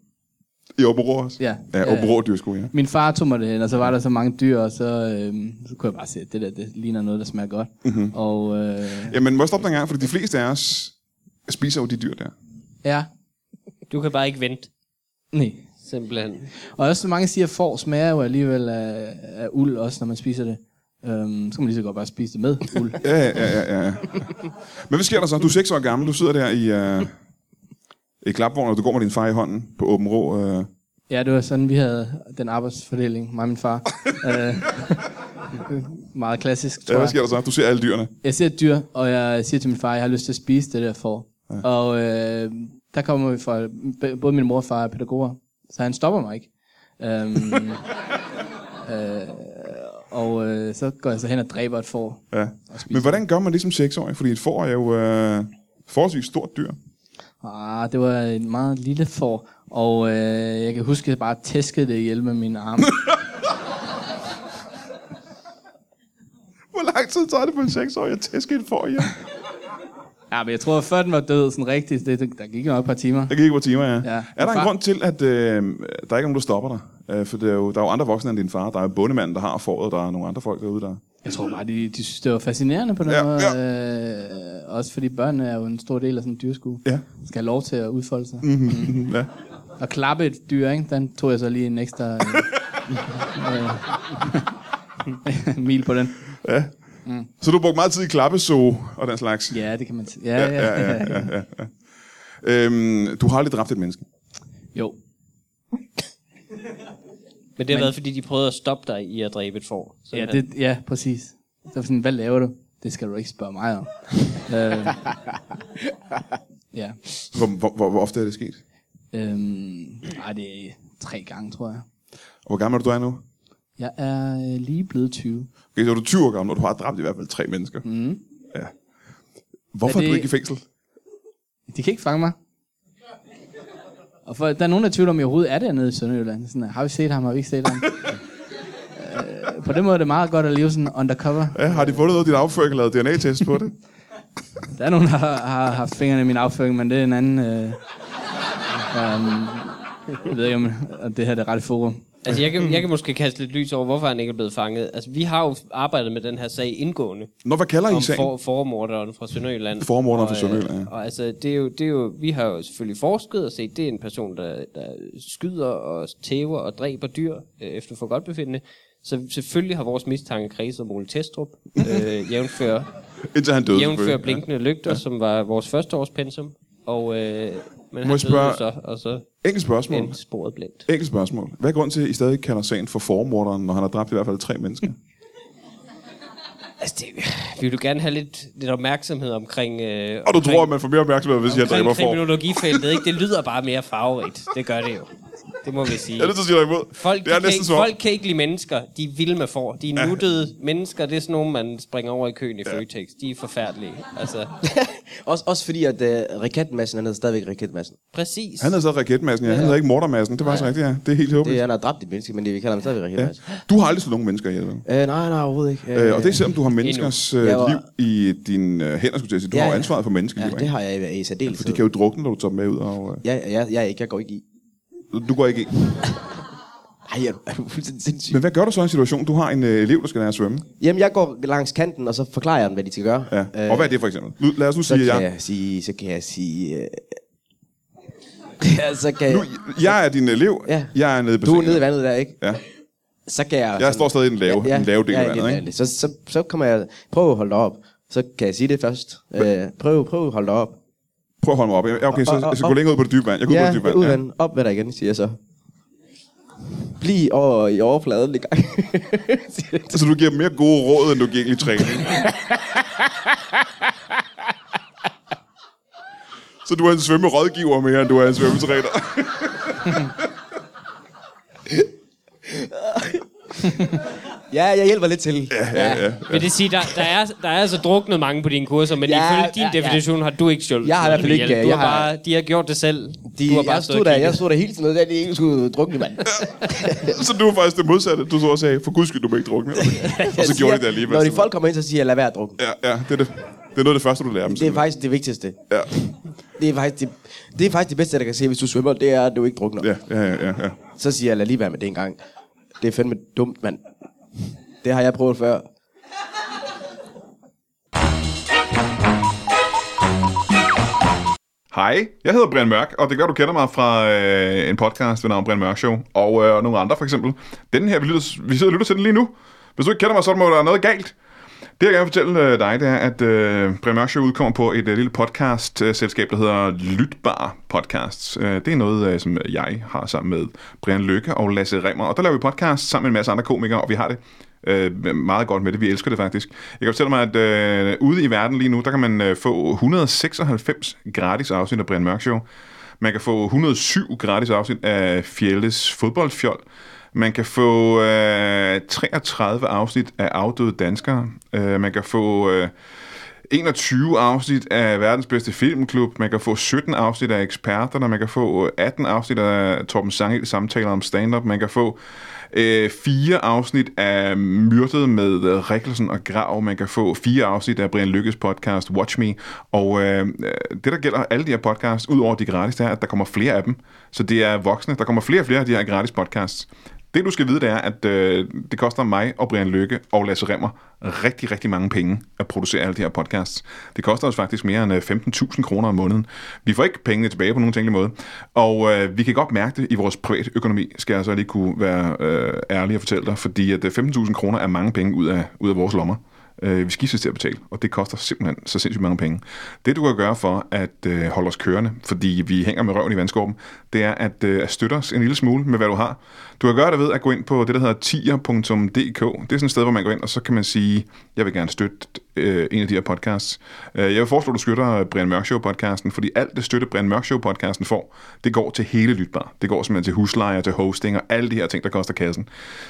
[SPEAKER 2] I Åbenrå også?
[SPEAKER 7] Ja.
[SPEAKER 2] Ja,
[SPEAKER 7] Ja, ja.
[SPEAKER 2] Åbenrå dyrskue, ja.
[SPEAKER 7] Min far tog mig det hen, og så var der så mange dyr, og så, øh, så kunne jeg bare se, at det der det ligner noget, der smager godt. Mm-hmm. Og øh,
[SPEAKER 2] Jamen, må jeg stoppe dig en gang, fordi de fleste af os spiser jo de dyr der.
[SPEAKER 7] ja,
[SPEAKER 5] Du kan bare ikke vente,
[SPEAKER 7] nej.
[SPEAKER 5] simpelthen.
[SPEAKER 7] Og også så mange siger, at får smager jo alligevel af, af uld, også når man spiser det. Øhm, så kan man lige så godt bare spise det med uld.
[SPEAKER 2] Ja, ja, ja, ja, ja. Men hvad sker der så? Du er seks år gammel, du sidder der i, øh, i klapvognen, og du går med din far i hånden på Åben Rå. Øh.
[SPEAKER 7] ja, det var sådan, vi havde den arbejdsfordeling, mig og min far. øh, meget klassisk, tror
[SPEAKER 2] Ja,
[SPEAKER 7] jeg.
[SPEAKER 2] hvad sker der så? Du ser alle dyrene.
[SPEAKER 7] Jeg ser et dyr, og jeg siger til min far, at jeg har lyst til at spise det der får. Ja. Og øh, der kommer vi fra, b- både min mor og far er pædagoger, så han stopper mig ikke. Øhm, øh, og øh, så går jeg så hen og dræber et får.
[SPEAKER 2] Ja. Men hvordan gør man det som seksårig? Fordi et får er jo øh, forholdsvis stort dyr.
[SPEAKER 7] Ah, det var en meget lille får, og øh, jeg kan huske, at jeg bare tæskede det ihjel med mine arme.
[SPEAKER 2] Hvor lang tid tager det for en seksårig at tæske et får ihjel?
[SPEAKER 7] ja, men jeg tror, før den var død sådan rigtigt, det, der gik nok et par timer.
[SPEAKER 2] Jeg gik ikke på timer, ja.
[SPEAKER 7] Ja.
[SPEAKER 2] Er der en
[SPEAKER 7] Far-
[SPEAKER 2] grund til, at øh, der er ikke er nogen, der stopper dig? Øh, for der er, jo, der er jo andre voksne end din far. Der er jo bondemanden, der har fåret, der er nogle andre folk derude, der...
[SPEAKER 7] Jeg tror bare, de, de synes, det var fascinerende på den
[SPEAKER 2] Ja,
[SPEAKER 7] ja, måde. Ja. Øh, også fordi børnene er jo en stor del af sådan en dyrskue.
[SPEAKER 2] Ja.
[SPEAKER 7] Skal have lov til at udfolde sig.
[SPEAKER 2] ja.
[SPEAKER 7] Og klappe et dyr, ikke? Den tog jeg så lige en ekstra... Øh, øh, mil på den.
[SPEAKER 2] Så du brugte meget tid i klappeså og den slags.
[SPEAKER 7] Ja, det kan man... T- ja, ja, ja, ja, ja.
[SPEAKER 2] Øhm, du har aldrig dræbt et menneske.
[SPEAKER 7] Jo.
[SPEAKER 5] Men det har været, fordi de prøvede at stoppe dig i at dræbe et får. Så
[SPEAKER 7] Ja, det, ja, præcis. Så var sådan, hvad laver du? Det skal du ikke spørge mig om. øh, ja.
[SPEAKER 2] Hvor, hvor, hvor, hvor ofte er det sket?
[SPEAKER 7] Øhm, ej, det er tre gange, tror jeg.
[SPEAKER 2] Og hvor gammel er du, du er nu?
[SPEAKER 7] Jeg er øh, lige blevet 20.
[SPEAKER 2] Okay, så er du 20 år gammel, og du har dræbt i hvert fald tre mennesker. Mm. Ja. Hvorfor er, det...
[SPEAKER 7] Er
[SPEAKER 2] er du
[SPEAKER 7] det-
[SPEAKER 2] ikke i fængsel?
[SPEAKER 7] De kan ikke fange mig. Og for, der er nogen, der tvivler om, at jeg overhovedet er dernede i Sønderjylland. Sådan, har vi set ham, har vi ikke set ham? øh, på den måde er det meget godt at leve sådan undercover.
[SPEAKER 2] Ja, har de fundet noget af din afføring og lavet DNA-test på det?
[SPEAKER 7] Der er nogen, der har, har haft fingrene i min afføring, men det er en anden... Øh, øh, jeg ved ikke, om om det her er det rette forum.
[SPEAKER 5] Altså, jeg kan, jeg kan måske kaste lidt lys over, hvorfor han ikke er blevet fanget. Altså, vi har jo arbejdet med den her sag indgående.
[SPEAKER 2] Nå, hvad kalder I
[SPEAKER 5] Om
[SPEAKER 2] sagen?
[SPEAKER 5] for, formorderen fra Sønderjylland.
[SPEAKER 2] Formorderen fra
[SPEAKER 5] Og, øh,
[SPEAKER 2] Sønderjylland, ja.
[SPEAKER 5] Og altså, det er, jo, det er jo, vi har jo selvfølgelig forsket og set, det er en person, der, der skyder og tæver og dræber dyr øh, efter for godt befindende. Så selvfølgelig har vores mistanke kredset om Ole Testrup, øh, jævnfører
[SPEAKER 2] Indtil han døde,
[SPEAKER 5] jævnfør
[SPEAKER 2] selvfølgelig.
[SPEAKER 5] blinkende lygter, ja. som var vores første års pensum. Og, øh, men han
[SPEAKER 2] spørge-
[SPEAKER 5] spørge... døde jo så, og så
[SPEAKER 2] Ja. Enkelt spørgsmål.
[SPEAKER 5] endte sporet blindt.
[SPEAKER 2] Enkelt spørgsmål. Hvad er grunden til, at I stadig kalder sagen for formorderen, når han har dræbt i hvert fald tre mennesker?
[SPEAKER 5] Altså, det, vi vil jo gerne have lidt, lidt opmærksomhed omkring... Øh,
[SPEAKER 2] Og du
[SPEAKER 5] omkring,
[SPEAKER 2] tror, at man får mere opmærksomhed, hvis jeg dræber
[SPEAKER 5] omkring
[SPEAKER 2] for.
[SPEAKER 5] kriminologifeltet, ikke? Det lyder bare mere farverigt. Det gør det jo. Det må vi sige.
[SPEAKER 2] Jeg er nødt til at sige dig imod.
[SPEAKER 5] Folk,
[SPEAKER 2] det er
[SPEAKER 5] de kan,
[SPEAKER 2] næsten
[SPEAKER 5] ikke,
[SPEAKER 2] som om-
[SPEAKER 5] folk kan ikke lide mennesker. De er vilde med får. De er nuttede mennesker. Det er sådan nogle, man springer over i køen i Føtex. De er forfærdelige. Altså,
[SPEAKER 8] også, også fordi, at uh, Rikard Madsen, han hedder stadigvæk Rikard Madsen.
[SPEAKER 5] præcis.
[SPEAKER 2] Han havde så raketmassen, ja. Han havde ikke mordermassen. Det var så rigtigt, ja. Det er helt
[SPEAKER 8] Det er,
[SPEAKER 2] håbløst.
[SPEAKER 8] han har dræbt et menneske, men det, vi kalder ham stadigvæk Rikard
[SPEAKER 2] Ja.
[SPEAKER 8] Madsen.
[SPEAKER 2] Du har aldrig slået nogen mennesker ihjel. vel?
[SPEAKER 8] Øh, nej, nej, overhovedet ikke.
[SPEAKER 2] Øh, og det er selvom du har menneskers øh,
[SPEAKER 8] Jeg var-
[SPEAKER 2] liv i dine hænder, skulle jeg sige. Du
[SPEAKER 8] Ja,
[SPEAKER 2] har jo
[SPEAKER 8] ja.
[SPEAKER 2] ansvaret for menneskeliv,
[SPEAKER 8] ja,
[SPEAKER 2] ikke?
[SPEAKER 8] det har jeg i- i særdeleshed.
[SPEAKER 2] For de kan jo drukne, når du tager dem med ud. Og, øh,
[SPEAKER 8] Ja, ja, jeg, jeg, er ikke, jeg går ikke i.
[SPEAKER 2] du går ikke i.
[SPEAKER 8] Ej, er du, er du fuldstændig sindssyg?
[SPEAKER 2] Men hvad gør du så i en situation? Du har en øh, elev, der skal lære at svømme.
[SPEAKER 8] Jamen, jeg går langs kanten, og så forklarer jeg dem, hvad de skal gøre. Øh,
[SPEAKER 2] Ja. og hvad er det for eksempel? Nu, lad os nu
[SPEAKER 8] Så
[SPEAKER 2] sige, at
[SPEAKER 8] kan
[SPEAKER 2] jeg,
[SPEAKER 8] jeg sige, så kan jeg sige... Øh... ja, så kan
[SPEAKER 2] nu,
[SPEAKER 8] jeg...
[SPEAKER 2] jeg er din elev.
[SPEAKER 8] Ja.
[SPEAKER 2] Jeg er nede i
[SPEAKER 8] Du er
[SPEAKER 2] bassinet.
[SPEAKER 8] nede i vandet der, ikke?
[SPEAKER 2] Ja.
[SPEAKER 8] Så kan jeg...
[SPEAKER 2] Jeg står stadig i den lave, ja, den lave del
[SPEAKER 8] ja,
[SPEAKER 2] af
[SPEAKER 8] i
[SPEAKER 2] vandet,
[SPEAKER 8] den
[SPEAKER 2] ikke?
[SPEAKER 8] lave. Så, så, så kommer jeg... Prøv at holde dig op. Så kan jeg sige det først. Øh, prøv, prøv at holde dig op.
[SPEAKER 2] Prøv at holde mig op. Ja, Okay, så
[SPEAKER 8] Og- og-
[SPEAKER 2] jeg skal gå
[SPEAKER 8] og-
[SPEAKER 2] længere ud på det dybe vand. Jeg går ud på
[SPEAKER 8] Ja,
[SPEAKER 2] det dybe vand.
[SPEAKER 8] ud
[SPEAKER 2] ja.
[SPEAKER 8] vand. Op med dig igen, siger jeg så. Bliv over i overfladen i gang. siger jeg.
[SPEAKER 2] Så du giver dem mere gode råd, end du gik i træning. så du er en svømmerådgiver mere, end du er en svømmetræner.
[SPEAKER 8] ja, jeg hjælper lidt til.
[SPEAKER 2] ja, ja.
[SPEAKER 5] Vil det sige, der, der, er, der er altså druknet mange på dine kurser, men
[SPEAKER 8] Ja,
[SPEAKER 5] ja, ifølge din
[SPEAKER 8] ja,
[SPEAKER 5] ja,
[SPEAKER 8] ja.
[SPEAKER 5] definition har du ikke selv.
[SPEAKER 8] Jeg har i hvert fald ikke,
[SPEAKER 5] Du
[SPEAKER 8] jeg
[SPEAKER 5] har
[SPEAKER 8] har-
[SPEAKER 5] bare, de har gjort det selv.
[SPEAKER 8] De,
[SPEAKER 5] du har bare
[SPEAKER 8] jeg, stod der, jeg stod der hele tiden, og der de ikke skulle drukne, mand.
[SPEAKER 2] Så du er faktisk det modsatte. Du så også sagde, for guds skyld, du må ikke drukne. Og så gjorde de det alligevel.
[SPEAKER 8] Når de folk kommer ind, så siger jeg, lad være at drukne.
[SPEAKER 2] Ja, ja, det er, det. det er noget af det første, du lærer dem.
[SPEAKER 8] Det er
[SPEAKER 2] simpelthen.
[SPEAKER 8] faktisk det vigtigste.
[SPEAKER 2] Ja,
[SPEAKER 8] Det er faktisk det, det, er faktisk det bedste, der kan se, hvis du svømmer, det er, at du ikke drukner.
[SPEAKER 2] ja, ja, ja, ja, ja.
[SPEAKER 8] Så siger jeg, lad lige være med det en gang. Det er fandme dumt, mand. Det har jeg prøvet før.
[SPEAKER 9] Hej, jeg hedder Brian Mørk, og det kan være, du kender mig fra øh, en podcast ved navn Brian Mørk Show, og øh, nogle andre for eksempel. Den her, vi, lytter, vi sidder og lytter til den lige nu. Hvis du ikke kender mig, så må der være noget galt. Det, jeg gerne vil fortælle øh, dig, det er, at øh, Brian Mørk Show udkommer på et øh, lille podcast-selskab, der hedder Lytbar Podcasts. Øh, det er noget, øh, som jeg har sammen med Brian Lykke og Lasse Remmer, og der laver vi podcast sammen med en masse andre komikere, og vi har det
[SPEAKER 2] øh, meget godt med det. Vi elsker det faktisk. Jeg kan fortælle mig, at øh, ude i verden lige nu, der kan man øh, få 196 gratis afsnit af Brian Mørk Show. Man kan få 107 gratis afsnit af Fjelles fodboldfjol. Man kan få øh, 33 afsnit af Afdøde Danskere. Øh, man kan få... Øh, 21 afsnit af verdens bedste filmklub, man kan få 17 afsnit af eksperterne, man kan få 18 afsnit af Torben Sangel samtaler om stand-up, man kan få øh, fire afsnit af Myrdet med øh, Rikkelsen og Grav, man kan få fire afsnit af Brian Lykkes podcast Watch Me, og øh, øh, det der gælder alle de her podcasts, udover de gratis, det er, at der kommer flere af dem, så det er voksne, der kommer flere og flere af de her gratis podcasts. Det du skal vide, det er, at øh, det koster mig og Brian Lykke og Lasse Remmer rigtig, rigtig mange penge at producere alle de her podcasts. Det koster os faktisk mere end øh, 15.000 kroner om måneden. Vi får ikke pengene tilbage på nogen tænkelig måde, og øh, vi kan godt mærke det i vores privatøkonomi, skal jeg så lige kunne være øh, ærlig og fortælle dig, fordi at øh, 15.000 kroner er mange penge ud af, ud af vores lommer. Øh, vi skiftes til at betale, og det koster simpelthen så sindssygt mange penge. Det du kan gøre for at øh, holde os kørende, fordi vi hænger med røven i vandskorben, det er at, øh, at støtte os en lille smule med, hvad du har. Du kan gøre det ved at gå ind på det, der hedder tier.dk. Det er sådan et sted, hvor man går ind, og så kan man sige, jeg vil gerne støtte øh, en af de her podcasts. Øh, jeg vil foreslå, at du støtter øh, Brian Mørk Show-podcasten, fordi alt det støtte, Brian Mørk Show-podcasten får, det går til hele Lytbar. Det går simpelthen til huslejer, til hosting og alle de her ting, der koster kassen.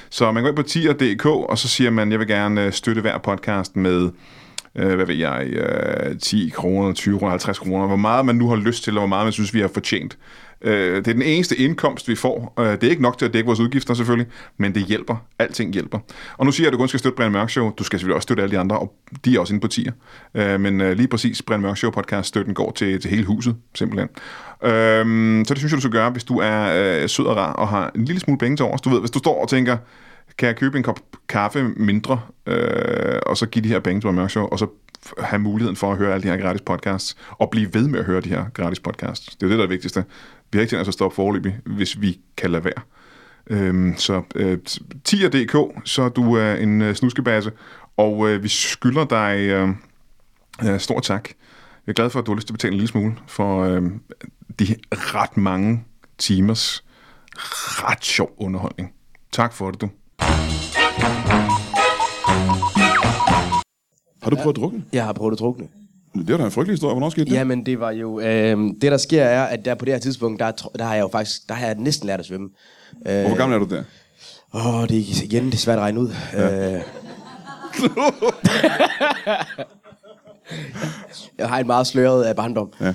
[SPEAKER 2] Så man går ind på tier.dk, og så siger man, jeg vil gerne øh, støtte hver podcast med øh, hvad ved jeg, øh, 10 kroner, 20 kroner, 50 kroner, hvor meget man nu har lyst til, og hvor meget man synes, vi har fortjent. Øh, det er den eneste indkomst, vi får. Øh, det er ikke nok til at dække vores udgifter selvfølgelig, men det hjælper. Alting hjælper. Og nu siger jeg, at du kun skal støtte Brian Mørk Show. Du skal selvfølgelig også støtte alle de andre, og de er også inde på tier. Øh, men øh, lige præcis Brian Mørk Show podcast støtten går til, til hele huset, simpelthen. Øh, så det synes jeg, du skal gøre, hvis du er øh, sød og rar og har en lille smule penge til overs. Du ved, hvis du står og tænker, kan jeg købe en kop kaffe mindre, øh, og så give de her penge til Brian Mørk Show, og så f- have muligheden for at høre alle de her gratis podcasts, og blive ved med at høre de her gratis podcasts. Det er jo det, der er det vigtigste. Vi har ikke tænkt os at stoppe forløbig, hvis vi kan lade være. Øhm, så øh, tier.dk, så er du øh, en øh, snuskebasse, og øh, vi skylder dig øh, øh, stor tak. Jeg er glad for, at du har lyst til at betale en lille smule for øh, de ret mange timers ret sjov underholdning. Tak for det, du.
[SPEAKER 10] Har du prøvet at drukne?
[SPEAKER 8] Jeg har prøvet at drukne.
[SPEAKER 10] Det var da en frygtelig historie. Hvornår skete det?
[SPEAKER 8] Jamen, det var jo... Øh, det, der sker, er, at der på det her tidspunkt, der, tr- der har jeg jo faktisk... Der har jeg næsten lært at svømme. Øh,
[SPEAKER 10] Og Hvor gammel er du der?
[SPEAKER 8] Åh, oh, det er igen det er svært at regne ud. Ja. Øh, jeg har en meget sløret af barndom.
[SPEAKER 10] Ja.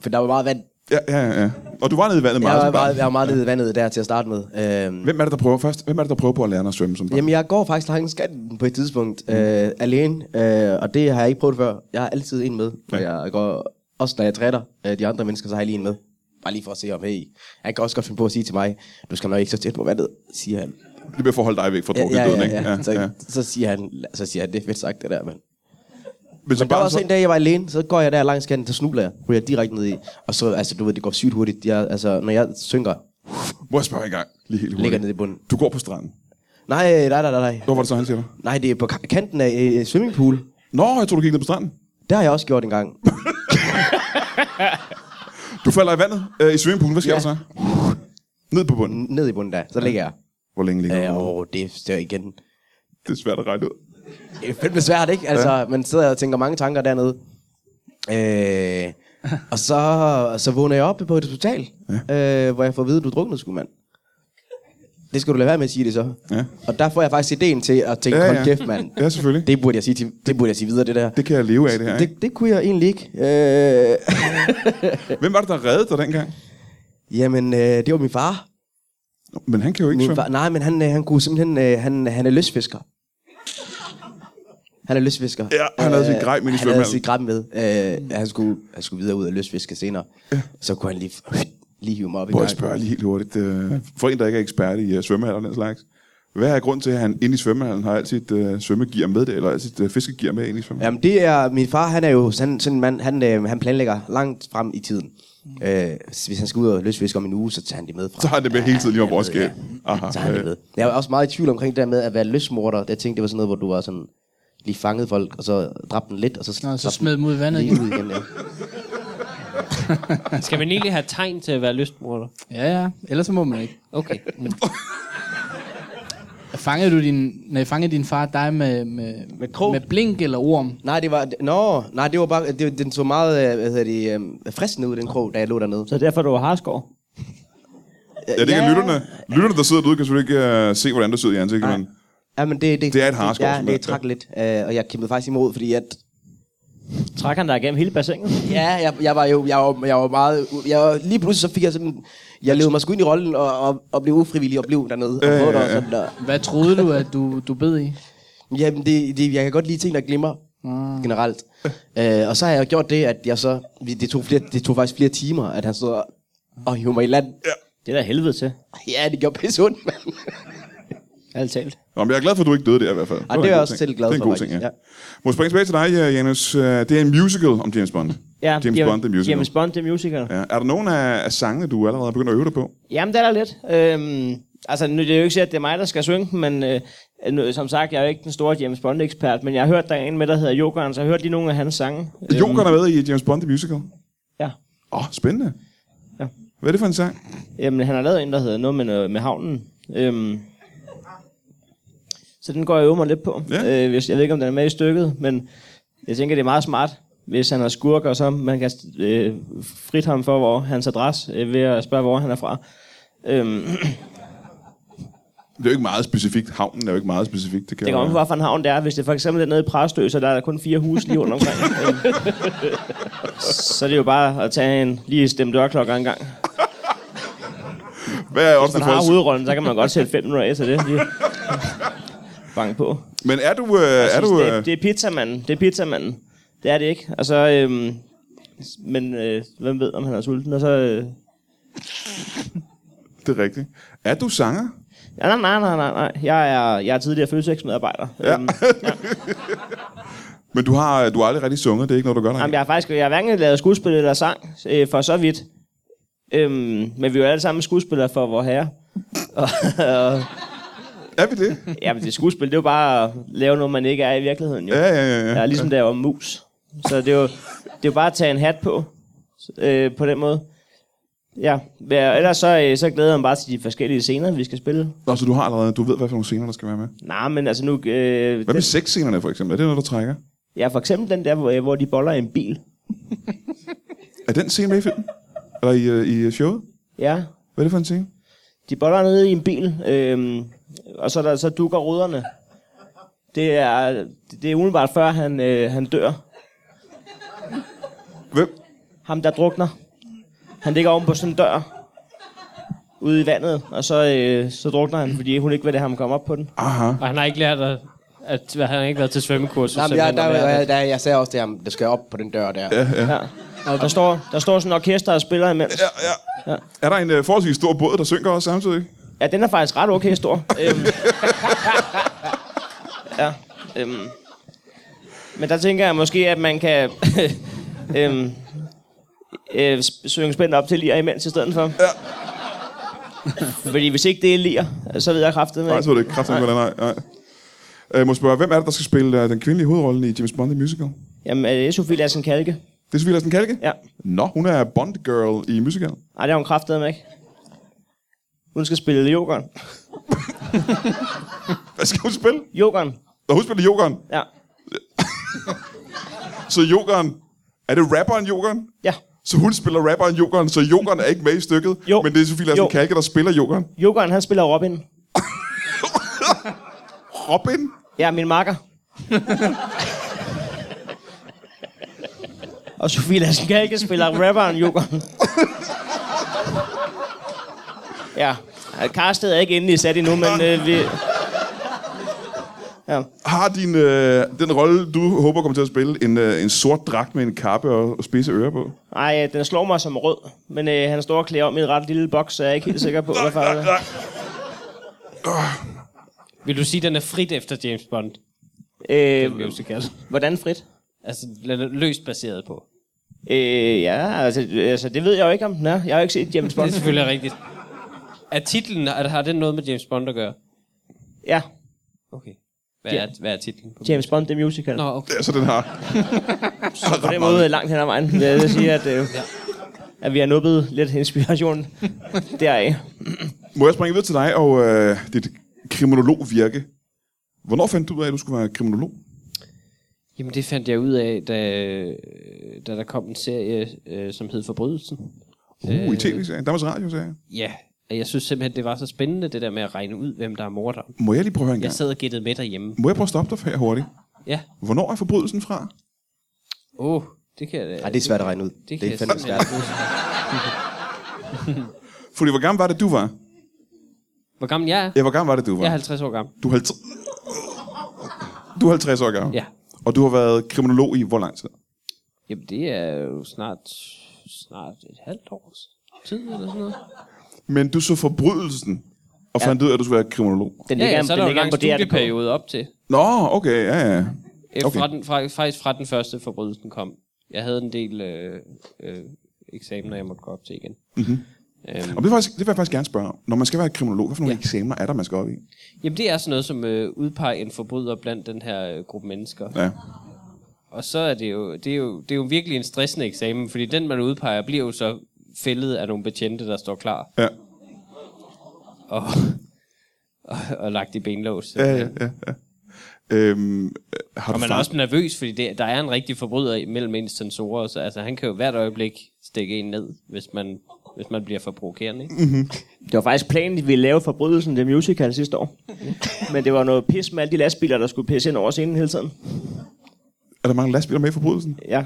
[SPEAKER 8] For der var meget vand.
[SPEAKER 10] Ja, ja, ja. Og du var nede i vandet
[SPEAKER 8] Jeg
[SPEAKER 10] meget
[SPEAKER 8] var
[SPEAKER 10] som barn.
[SPEAKER 8] meget, jeg var meget nede i vandet der til at starte med. Øh,
[SPEAKER 10] Hvem er det, der prøver først? Hvem er det, der prøver på at lære dig at svømme som barn?
[SPEAKER 8] jamen, jeg går faktisk langs skatten på et tidspunkt
[SPEAKER 10] Mm.
[SPEAKER 8] øh, alene, øh, og det har jeg ikke prøvet før. Jeg har altid en med, og
[SPEAKER 10] Ja.
[SPEAKER 8] jeg går, også når jeg trætter øh, de andre mennesker, så har jeg lige en med. Bare lige for at se om, hey, han kan også godt finde på at sige til mig, du skal nok ikke så tæt på vandet, siger han.
[SPEAKER 10] Det bliver for at holde dig væk fra drukne døden, ikke?
[SPEAKER 8] Så, så, siger han, så siger han, det er fedt sagt det der, mand.
[SPEAKER 10] Men som
[SPEAKER 8] Men der var
[SPEAKER 10] barn,
[SPEAKER 8] også
[SPEAKER 10] så...
[SPEAKER 8] en dag, jeg var alene, så går jeg der langs kanten, så snubler jeg, ryger jeg direkte ned i. Og så, altså, du ved, det går sygt hurtigt. Jeg, altså, når jeg synker,
[SPEAKER 10] Må jeg spørge en gang? Lige helt
[SPEAKER 8] ligger
[SPEAKER 10] hurtigt.
[SPEAKER 8] ned i bunden.
[SPEAKER 10] Du går på stranden.
[SPEAKER 8] Nej, nej, nej, nej, nej.
[SPEAKER 10] Hvor var det så, han siger dig?
[SPEAKER 8] Nej, det er på ka- kanten af øh, swimmingpool.
[SPEAKER 10] Nå, jeg tror, du gik ned på stranden.
[SPEAKER 8] Det har jeg også gjort en gang.
[SPEAKER 10] Du falder i vandet øh, i swimmingpoolen. Hvad sker
[SPEAKER 8] Ja.
[SPEAKER 10] der så? Ned på bunden.
[SPEAKER 8] N- Ned i bunden der, så ligger jeg.
[SPEAKER 10] Hvor længe ligger
[SPEAKER 8] Øh,
[SPEAKER 10] du?
[SPEAKER 8] åh, det er det er igen.
[SPEAKER 10] Det er svært at regne ud.
[SPEAKER 8] Det er fandme svært, ikke? Altså, ja. man sidder og tænker mange tanker dernede. Øh, og så, så vågner jeg op på et hospital, ja. øh, hvor jeg får at vide, du druknede sgu, mand. Det skal du lade være med at sige det så.
[SPEAKER 10] Ja.
[SPEAKER 8] Og der får jeg faktisk ideen til at tænke,
[SPEAKER 10] Ja,
[SPEAKER 8] ja, ja.
[SPEAKER 10] ja.
[SPEAKER 8] hold kæft, mand.
[SPEAKER 10] Ja, selvfølgelig.
[SPEAKER 8] Det burde jeg sige, til, det burde jeg sige videre, det der.
[SPEAKER 10] Det kan jeg leve af, det her. Ikke?
[SPEAKER 8] det, det kunne jeg egentlig ikke. Øh,
[SPEAKER 10] Hvem var det, der reddede dig dengang?
[SPEAKER 8] jamen, øh, det var min far.
[SPEAKER 10] Nå, Men han kan jo ikke
[SPEAKER 8] Min
[SPEAKER 10] svømme.
[SPEAKER 8] far nej, men han, øh, han kunne simpelthen... Øh, han, han er løsfisker. Han er løsfisker.
[SPEAKER 10] Ja, han havde sin grej med i
[SPEAKER 8] Øh, Han havde
[SPEAKER 10] svømmehallen.
[SPEAKER 8] sit grej med. Øh, han, skulle, han skulle videre ud og løsfiske senere. Så kunne han lige, lige hive mig op i
[SPEAKER 10] Må jeg
[SPEAKER 8] gang.
[SPEAKER 10] spørge lige helt hurtigt. Øh, for en, der ikke er ekspert i øh, svømmehaller og den slags. Hvad er grund til, at han inde i svømmehallen har altid øh, svømmegear med det, eller altid øh, fiskegear med ind i svømmehallen?
[SPEAKER 8] Jamen det er, min far han er jo sådan, sådan en mand, han, øh, han planlægger langt frem i tiden. Øh, hvis han skal ud og løsfiske om en uge, så tager han det med fra.
[SPEAKER 10] Så har han det med hele tiden lige om vores skab. Aha,
[SPEAKER 8] Aha, så har han det
[SPEAKER 10] øh.
[SPEAKER 8] med. Jeg var også meget i tvivl omkring det der med at være løsmorder. Jeg tænkte, det var sådan noget, hvor du var sådan lige fangede folk, og så dræbte dem lidt, og så,
[SPEAKER 7] Nå, så
[SPEAKER 8] slap
[SPEAKER 7] smed
[SPEAKER 8] dem
[SPEAKER 7] dem ud i vandet
[SPEAKER 8] lige
[SPEAKER 7] igen.
[SPEAKER 8] ud igen. Ja.
[SPEAKER 5] Skal man egentlig have tegn til at være lystmorder?
[SPEAKER 7] Ja, ja. Ellers så må man ikke.
[SPEAKER 5] Okay. Men
[SPEAKER 7] Fangede du din, nej, fangede din far dig med, med,
[SPEAKER 3] Med krog?
[SPEAKER 7] med blink eller orm?
[SPEAKER 8] Nej, det var... det- Nå, nej, det var bare... Det, var- den så meget, øh, hvad hedder det, øh, fristende ud, den krog, da jeg lå dernede.
[SPEAKER 3] Så derfor du har harskår.
[SPEAKER 10] Ja, det kan lytterne, lytterne, der sidder derude, kan selvfølgelig ikke uh, se, hvordan du sidder i ansigtet, men
[SPEAKER 8] Ja, men det, det,
[SPEAKER 10] Det er et harskår,
[SPEAKER 8] Ja,
[SPEAKER 10] som
[SPEAKER 8] det
[SPEAKER 10] det er.
[SPEAKER 8] trak lidt, øh, og jeg kæmpede faktisk imod, fordi at...
[SPEAKER 3] Trækker han dig igennem hele bassinet?
[SPEAKER 8] Ja, jeg, jeg var jo jeg var, jeg var meget... Jeg var, lige pludselig så fik jeg sådan... Jeg levede mig sgu ind i rollen og, og, og blev ufrivillig og blev dernede. Og
[SPEAKER 10] Ja,
[SPEAKER 8] prøvede
[SPEAKER 10] ja,
[SPEAKER 8] og
[SPEAKER 10] ja.
[SPEAKER 8] sådan, og,
[SPEAKER 7] Hvad troede du, at du, du bed i?
[SPEAKER 8] Jamen, det, det, jeg kan godt lide ting, der glimmer ah. generelt. Øh, og så har jeg gjort det, at jeg så... vi- Det tog, flere, det tog faktisk flere timer, at han stod og- og hiv mig i land.
[SPEAKER 3] Det er da helvede til.
[SPEAKER 8] Ja, det gjorde pisse ondt, mand.
[SPEAKER 3] Alt talt.
[SPEAKER 10] Nå, men jeg er glad for, at du ikke døde der i hvert fald.
[SPEAKER 8] det
[SPEAKER 10] var
[SPEAKER 8] er
[SPEAKER 10] en
[SPEAKER 8] jeg
[SPEAKER 10] god
[SPEAKER 8] også
[SPEAKER 10] ting.
[SPEAKER 8] selv glad
[SPEAKER 10] Det er en
[SPEAKER 8] for,
[SPEAKER 10] god ting, ja.
[SPEAKER 8] faktisk,
[SPEAKER 10] ja. Må jeg springe tilbage til dig, øh, Janus. Øh, Det er en musical om James Bond. James Bond, the musical.
[SPEAKER 3] James Bond, the musical.
[SPEAKER 10] Ja. Er der nogen af, af sangene, du allerede har begyndt at øve dig på?
[SPEAKER 3] Jamen, det er der lidt. Øhm, altså, nu det er jo ikke sikkert, at det er mig, der skal synge den, men øh, nu, som sagt, jeg er jo ikke den store James Bond-ekspert, men jeg har hørt, der er en med, der hedder Jokeren, så jeg har hørt lige nogle af hans sange.
[SPEAKER 10] Øhm. Jokeren er med i James Bond, the musical.
[SPEAKER 3] Ja.
[SPEAKER 10] Åh, oh, spændende.
[SPEAKER 3] Ja.
[SPEAKER 10] Hvad er det for en sang?
[SPEAKER 3] Jamen, han har lavet en, der hedder noget med, øh, med havnen. Øhm, så den går jeg og øver mig lidt på.
[SPEAKER 10] Ja.
[SPEAKER 3] Øh, hvis- jeg ved ikke, om den er med i stykket, men jeg tænker, det er meget smart, hvis han har skurker, så man kan øh, frit ham for hvor hans adresse, øh, ved at spørge, hvor han er fra. Øhm,
[SPEAKER 10] Det er jo ikke meget specifikt. Havnen er jo ikke meget specifikt. Det kan
[SPEAKER 3] det
[SPEAKER 10] jo
[SPEAKER 3] kommer an på,
[SPEAKER 10] være-
[SPEAKER 3] hvilken havn det er. Hvis det for eksempel er nede i Præstø, så der er der kun fire huse lige rundt omkring. Øhm, så er det jo bare at tage en, lige stemme dørklokker en gang.
[SPEAKER 10] Hvad er også
[SPEAKER 3] Hvis man har hovedrollen, så kan man godt sætte fem minutter af til det. Lige. Bank på.
[SPEAKER 10] Men er du... Øh, er du
[SPEAKER 3] det,
[SPEAKER 10] øh,
[SPEAKER 3] det er pizzamanden. Det er pizzamanden. Det er det ikke. Og så, øhm, men øh, hvem ved, om han er sulten? Og så, øh,
[SPEAKER 10] det er rigtigt. Er du sanger?
[SPEAKER 3] ja, nej, nej, nej, nej, nej. Jeg er, jeg er tidligere fødselsmedarbejder. Ja. Øhm,
[SPEAKER 10] Men du har, du har aldrig rigtig sunget. Det er ikke noget, du gør
[SPEAKER 3] jamen,
[SPEAKER 10] dig.
[SPEAKER 3] jeg har faktisk jeg har hverken lavet skuespil eller sang, øh, for så vidt. Øhm, men vi er jo alle sammen skuespillere for vor herre.
[SPEAKER 10] Er vi det?
[SPEAKER 3] Jamen, det skuespil, det er jo bare at lave noget, man ikke er i virkeligheden. Jo.
[SPEAKER 10] Ja, ja, ja. ja.
[SPEAKER 3] Ja, ligesom der var mus. Så det er jo, det er jo bare at tage en hat på, øh, på den måde. Ja, men ellers så, øh, så glæder jeg mig bare til de forskellige scener, vi skal spille.
[SPEAKER 10] Nå, så du har allerede... Du ved, hvad for nogle scener, der skal være med.
[SPEAKER 3] Nej, men altså nu... Øh,
[SPEAKER 10] Hvad
[SPEAKER 3] den,
[SPEAKER 10] med sexscenerne, for eksempel? Er det noget, du trækker?
[SPEAKER 3] ja, for eksempel den der, hvor, øh, hvor de boller i en bil.
[SPEAKER 10] Er den scene med i filmen? Eller i, øh, i showet?
[SPEAKER 3] Ja,
[SPEAKER 10] Hvad er det for en scene?
[SPEAKER 3] de boller nede i en bil, øh, og så, der, så dukker ruderne. Det er, det er umiddelbart før han, øh, han dør.
[SPEAKER 10] Hvem?
[SPEAKER 3] Ham, der drukner. Han ligger oven på sådan en dør ude i vandet, og så, øh, så drukner han, fordi hun ikke vil lade ham komme op på den.
[SPEAKER 10] Aha.
[SPEAKER 5] Og han har ikke lært at... at han har ikke været til svømmekursus.
[SPEAKER 8] Nej, men
[SPEAKER 5] så
[SPEAKER 8] jeg,
[SPEAKER 5] han
[SPEAKER 8] der,
[SPEAKER 5] har lært
[SPEAKER 8] jeg,
[SPEAKER 5] at-
[SPEAKER 8] der, jeg sagde også til ham, der skal op på den dør der. Ja.
[SPEAKER 3] Ja. Og der står, der står sådan en orkester og spiller imens.
[SPEAKER 10] Ja, ja. Er der en øh, forholdsvis stor båd, der synker også samtidig?
[SPEAKER 3] Ja, den er faktisk ret okay stor. øhm. ja, øhm. Men der tænker jeg måske, at man kan øhm, øh, s- synge spændt op til lir imens i stedet for. Ja. Fordi hvis ikke det er lir, så ved jeg kraftet
[SPEAKER 10] Nej,
[SPEAKER 3] med.
[SPEAKER 10] så er det ikke kraftigt, hvordan nej. nej. Jeg må spørge, hvem er det, der skal spille øh, den kvindelige hovedrolle i James Bond The Musical?
[SPEAKER 3] Jamen, øh, er det Sofie Lassen Kalke?
[SPEAKER 10] Det er Sofie Larsen Kalke?
[SPEAKER 3] Ja.
[SPEAKER 10] Nå, hun er Bond Girl i musical.
[SPEAKER 3] Nej, det har hun kraftet med, ikke? Hun skal spille jokeren.
[SPEAKER 10] Hvad skal hun spille?
[SPEAKER 3] Jokeren,
[SPEAKER 10] Nå, hun spiller Jokeren.
[SPEAKER 3] ja.
[SPEAKER 10] Så Jokeren... Er det rapperen Jokeren?
[SPEAKER 3] Ja,
[SPEAKER 10] Så hun spiller rapperen Jokeren, så Jokeren er ikke med i stykket.
[SPEAKER 3] Jo.
[SPEAKER 10] Men det er Sofie Larsen
[SPEAKER 3] Jo.
[SPEAKER 10] Kalke, der spiller Jokeren.
[SPEAKER 3] jokeren han spiller Robin.
[SPEAKER 10] Robin?
[SPEAKER 3] Ja, min makker. og Sofie Lassen Kalke spiller rapperen Jokeren. ja, Karsted er ikke endelig sat endnu, men øh, vi... Ja.
[SPEAKER 10] Har din, øh, den rolle, du håber kommer til at spille, en, øh, en sort dragt med en kappe og, og spidse ører på?
[SPEAKER 3] Ej, øh, den slår mig som rød, men øh, han står og klæder om i en ret lille boks, så jeg er ikke helt sikker på, hvad farve det er.
[SPEAKER 5] Vil du sige, at den er frit efter James Bond?
[SPEAKER 3] Øh,
[SPEAKER 5] Musical.
[SPEAKER 3] hvordan frit?
[SPEAKER 5] Altså, den er løst baseret på.
[SPEAKER 3] Øh, ja, altså, altså, det ved jeg jo ikke, om den er. Jeg har jo ikke set James
[SPEAKER 5] Det er
[SPEAKER 3] Bond.
[SPEAKER 5] selvfølgelig rigtigt. Er titlen, er, har den noget med James Bond at gøre?
[SPEAKER 3] Ja,
[SPEAKER 5] Okay. Hvad er, hvad er titlen? På
[SPEAKER 3] James Bond The Musical.
[SPEAKER 5] Nå,
[SPEAKER 3] Nå,
[SPEAKER 5] okay.
[SPEAKER 10] Ja, så den har...
[SPEAKER 3] på den måde langt hen ad vejen. vil Jeg vil sige, at, øh, at vi har nubbet lidt inspiration deraf.
[SPEAKER 10] Må jeg springe videre til dig og øh, dit kriminologvirke. Hvornår fandt du ud af, at du skulle være kriminolog?
[SPEAKER 5] Jamen det fandt jeg ud af, da, øh, da der kom en serie, øh, som hed Forbrydelsen.
[SPEAKER 10] Uh,
[SPEAKER 5] Øh.
[SPEAKER 10] i tv-serien. Danmarks Radio, sagde jeg.
[SPEAKER 5] Ja, og jeg synes simpelthen, det var så spændende, det der med at regne ud, hvem der er morder.
[SPEAKER 10] Må jeg lige prøve at høre en
[SPEAKER 5] Jeg
[SPEAKER 10] gang?
[SPEAKER 5] sad og gættede med derhjemme.
[SPEAKER 10] Må jeg prøve at stoppe dig her hurtigt?
[SPEAKER 5] Ja,
[SPEAKER 10] Hvornår er forbrydelsen fra?
[SPEAKER 5] åh, oh, det kan jeg...
[SPEAKER 8] Ej, det er svært at regne ud.
[SPEAKER 5] Det,
[SPEAKER 8] Det, det er
[SPEAKER 5] jeg
[SPEAKER 8] fandme
[SPEAKER 5] simpelthen
[SPEAKER 8] svært.
[SPEAKER 5] ikke.
[SPEAKER 10] Fordi hvor gammel var det, du var?
[SPEAKER 5] Hvor gammel jeg er?
[SPEAKER 10] Ja, hvor gammel var det, du var?
[SPEAKER 5] Jeg er 50 år gammel.
[SPEAKER 10] Du er 50... Du er 50 år gammel?
[SPEAKER 5] Ja.
[SPEAKER 10] Og du har været kriminolog i hvor lang tid?
[SPEAKER 5] Jamen det er jo snart, snart et halvt års tid eller sådan noget.
[SPEAKER 10] Men du så forbrydelsen, og fandt ud af, at du skulle være kriminolog.
[SPEAKER 3] Den
[SPEAKER 5] Ja,
[SPEAKER 3] ligger,
[SPEAKER 5] ja, så er
[SPEAKER 3] den
[SPEAKER 5] der jo en
[SPEAKER 3] ligger
[SPEAKER 5] lang
[SPEAKER 3] på DR.dk.
[SPEAKER 5] studieperiode op til.
[SPEAKER 10] Nå, okay, ja, ja.
[SPEAKER 5] Efter
[SPEAKER 10] Okay.
[SPEAKER 5] okay. den, Øh, fra, faktisk fra den første forbrydelsen kom. Jeg havde en del øh, øh, eksamener, jeg måtte gå op til igen.
[SPEAKER 10] Og det vil, jeg faktisk, det vil jeg faktisk gerne spørge om. Når man skal være kriminolog, hvad for nogle ja. eksamener er der, man skal op i?
[SPEAKER 5] Jamen det er sådan noget som øh, udpege en forbryder blandt den her øh, gruppe mennesker.
[SPEAKER 10] Ja.
[SPEAKER 5] Og så er det, jo, det er jo, det er jo virkelig en stressende eksamen, fordi den man udpeger bliver jo så fældet af nogle betjente, der står klar
[SPEAKER 10] Ja.
[SPEAKER 5] og, og, og lagt i benlås.
[SPEAKER 10] Ja, ja, ja. ja. Øhm, har
[SPEAKER 5] Og
[SPEAKER 10] du
[SPEAKER 5] man er
[SPEAKER 10] far-
[SPEAKER 5] også nervøs, fordi det, der er en rigtig forbryder mellem ens sensorer, så altså, han kan jo hvert øjeblik stikke en ned, hvis man, hvis man bliver for provokerende. Ikke?
[SPEAKER 3] Det var faktisk planen, at vi lavede forbrydelsen The Musical sidste år.
[SPEAKER 5] Mm.
[SPEAKER 3] Men det var noget pis med alle de lastbiler, der skulle pisse ind over scenen hele tiden.
[SPEAKER 10] er der mange lastbiler med i forbrydelsen?
[SPEAKER 3] Ja.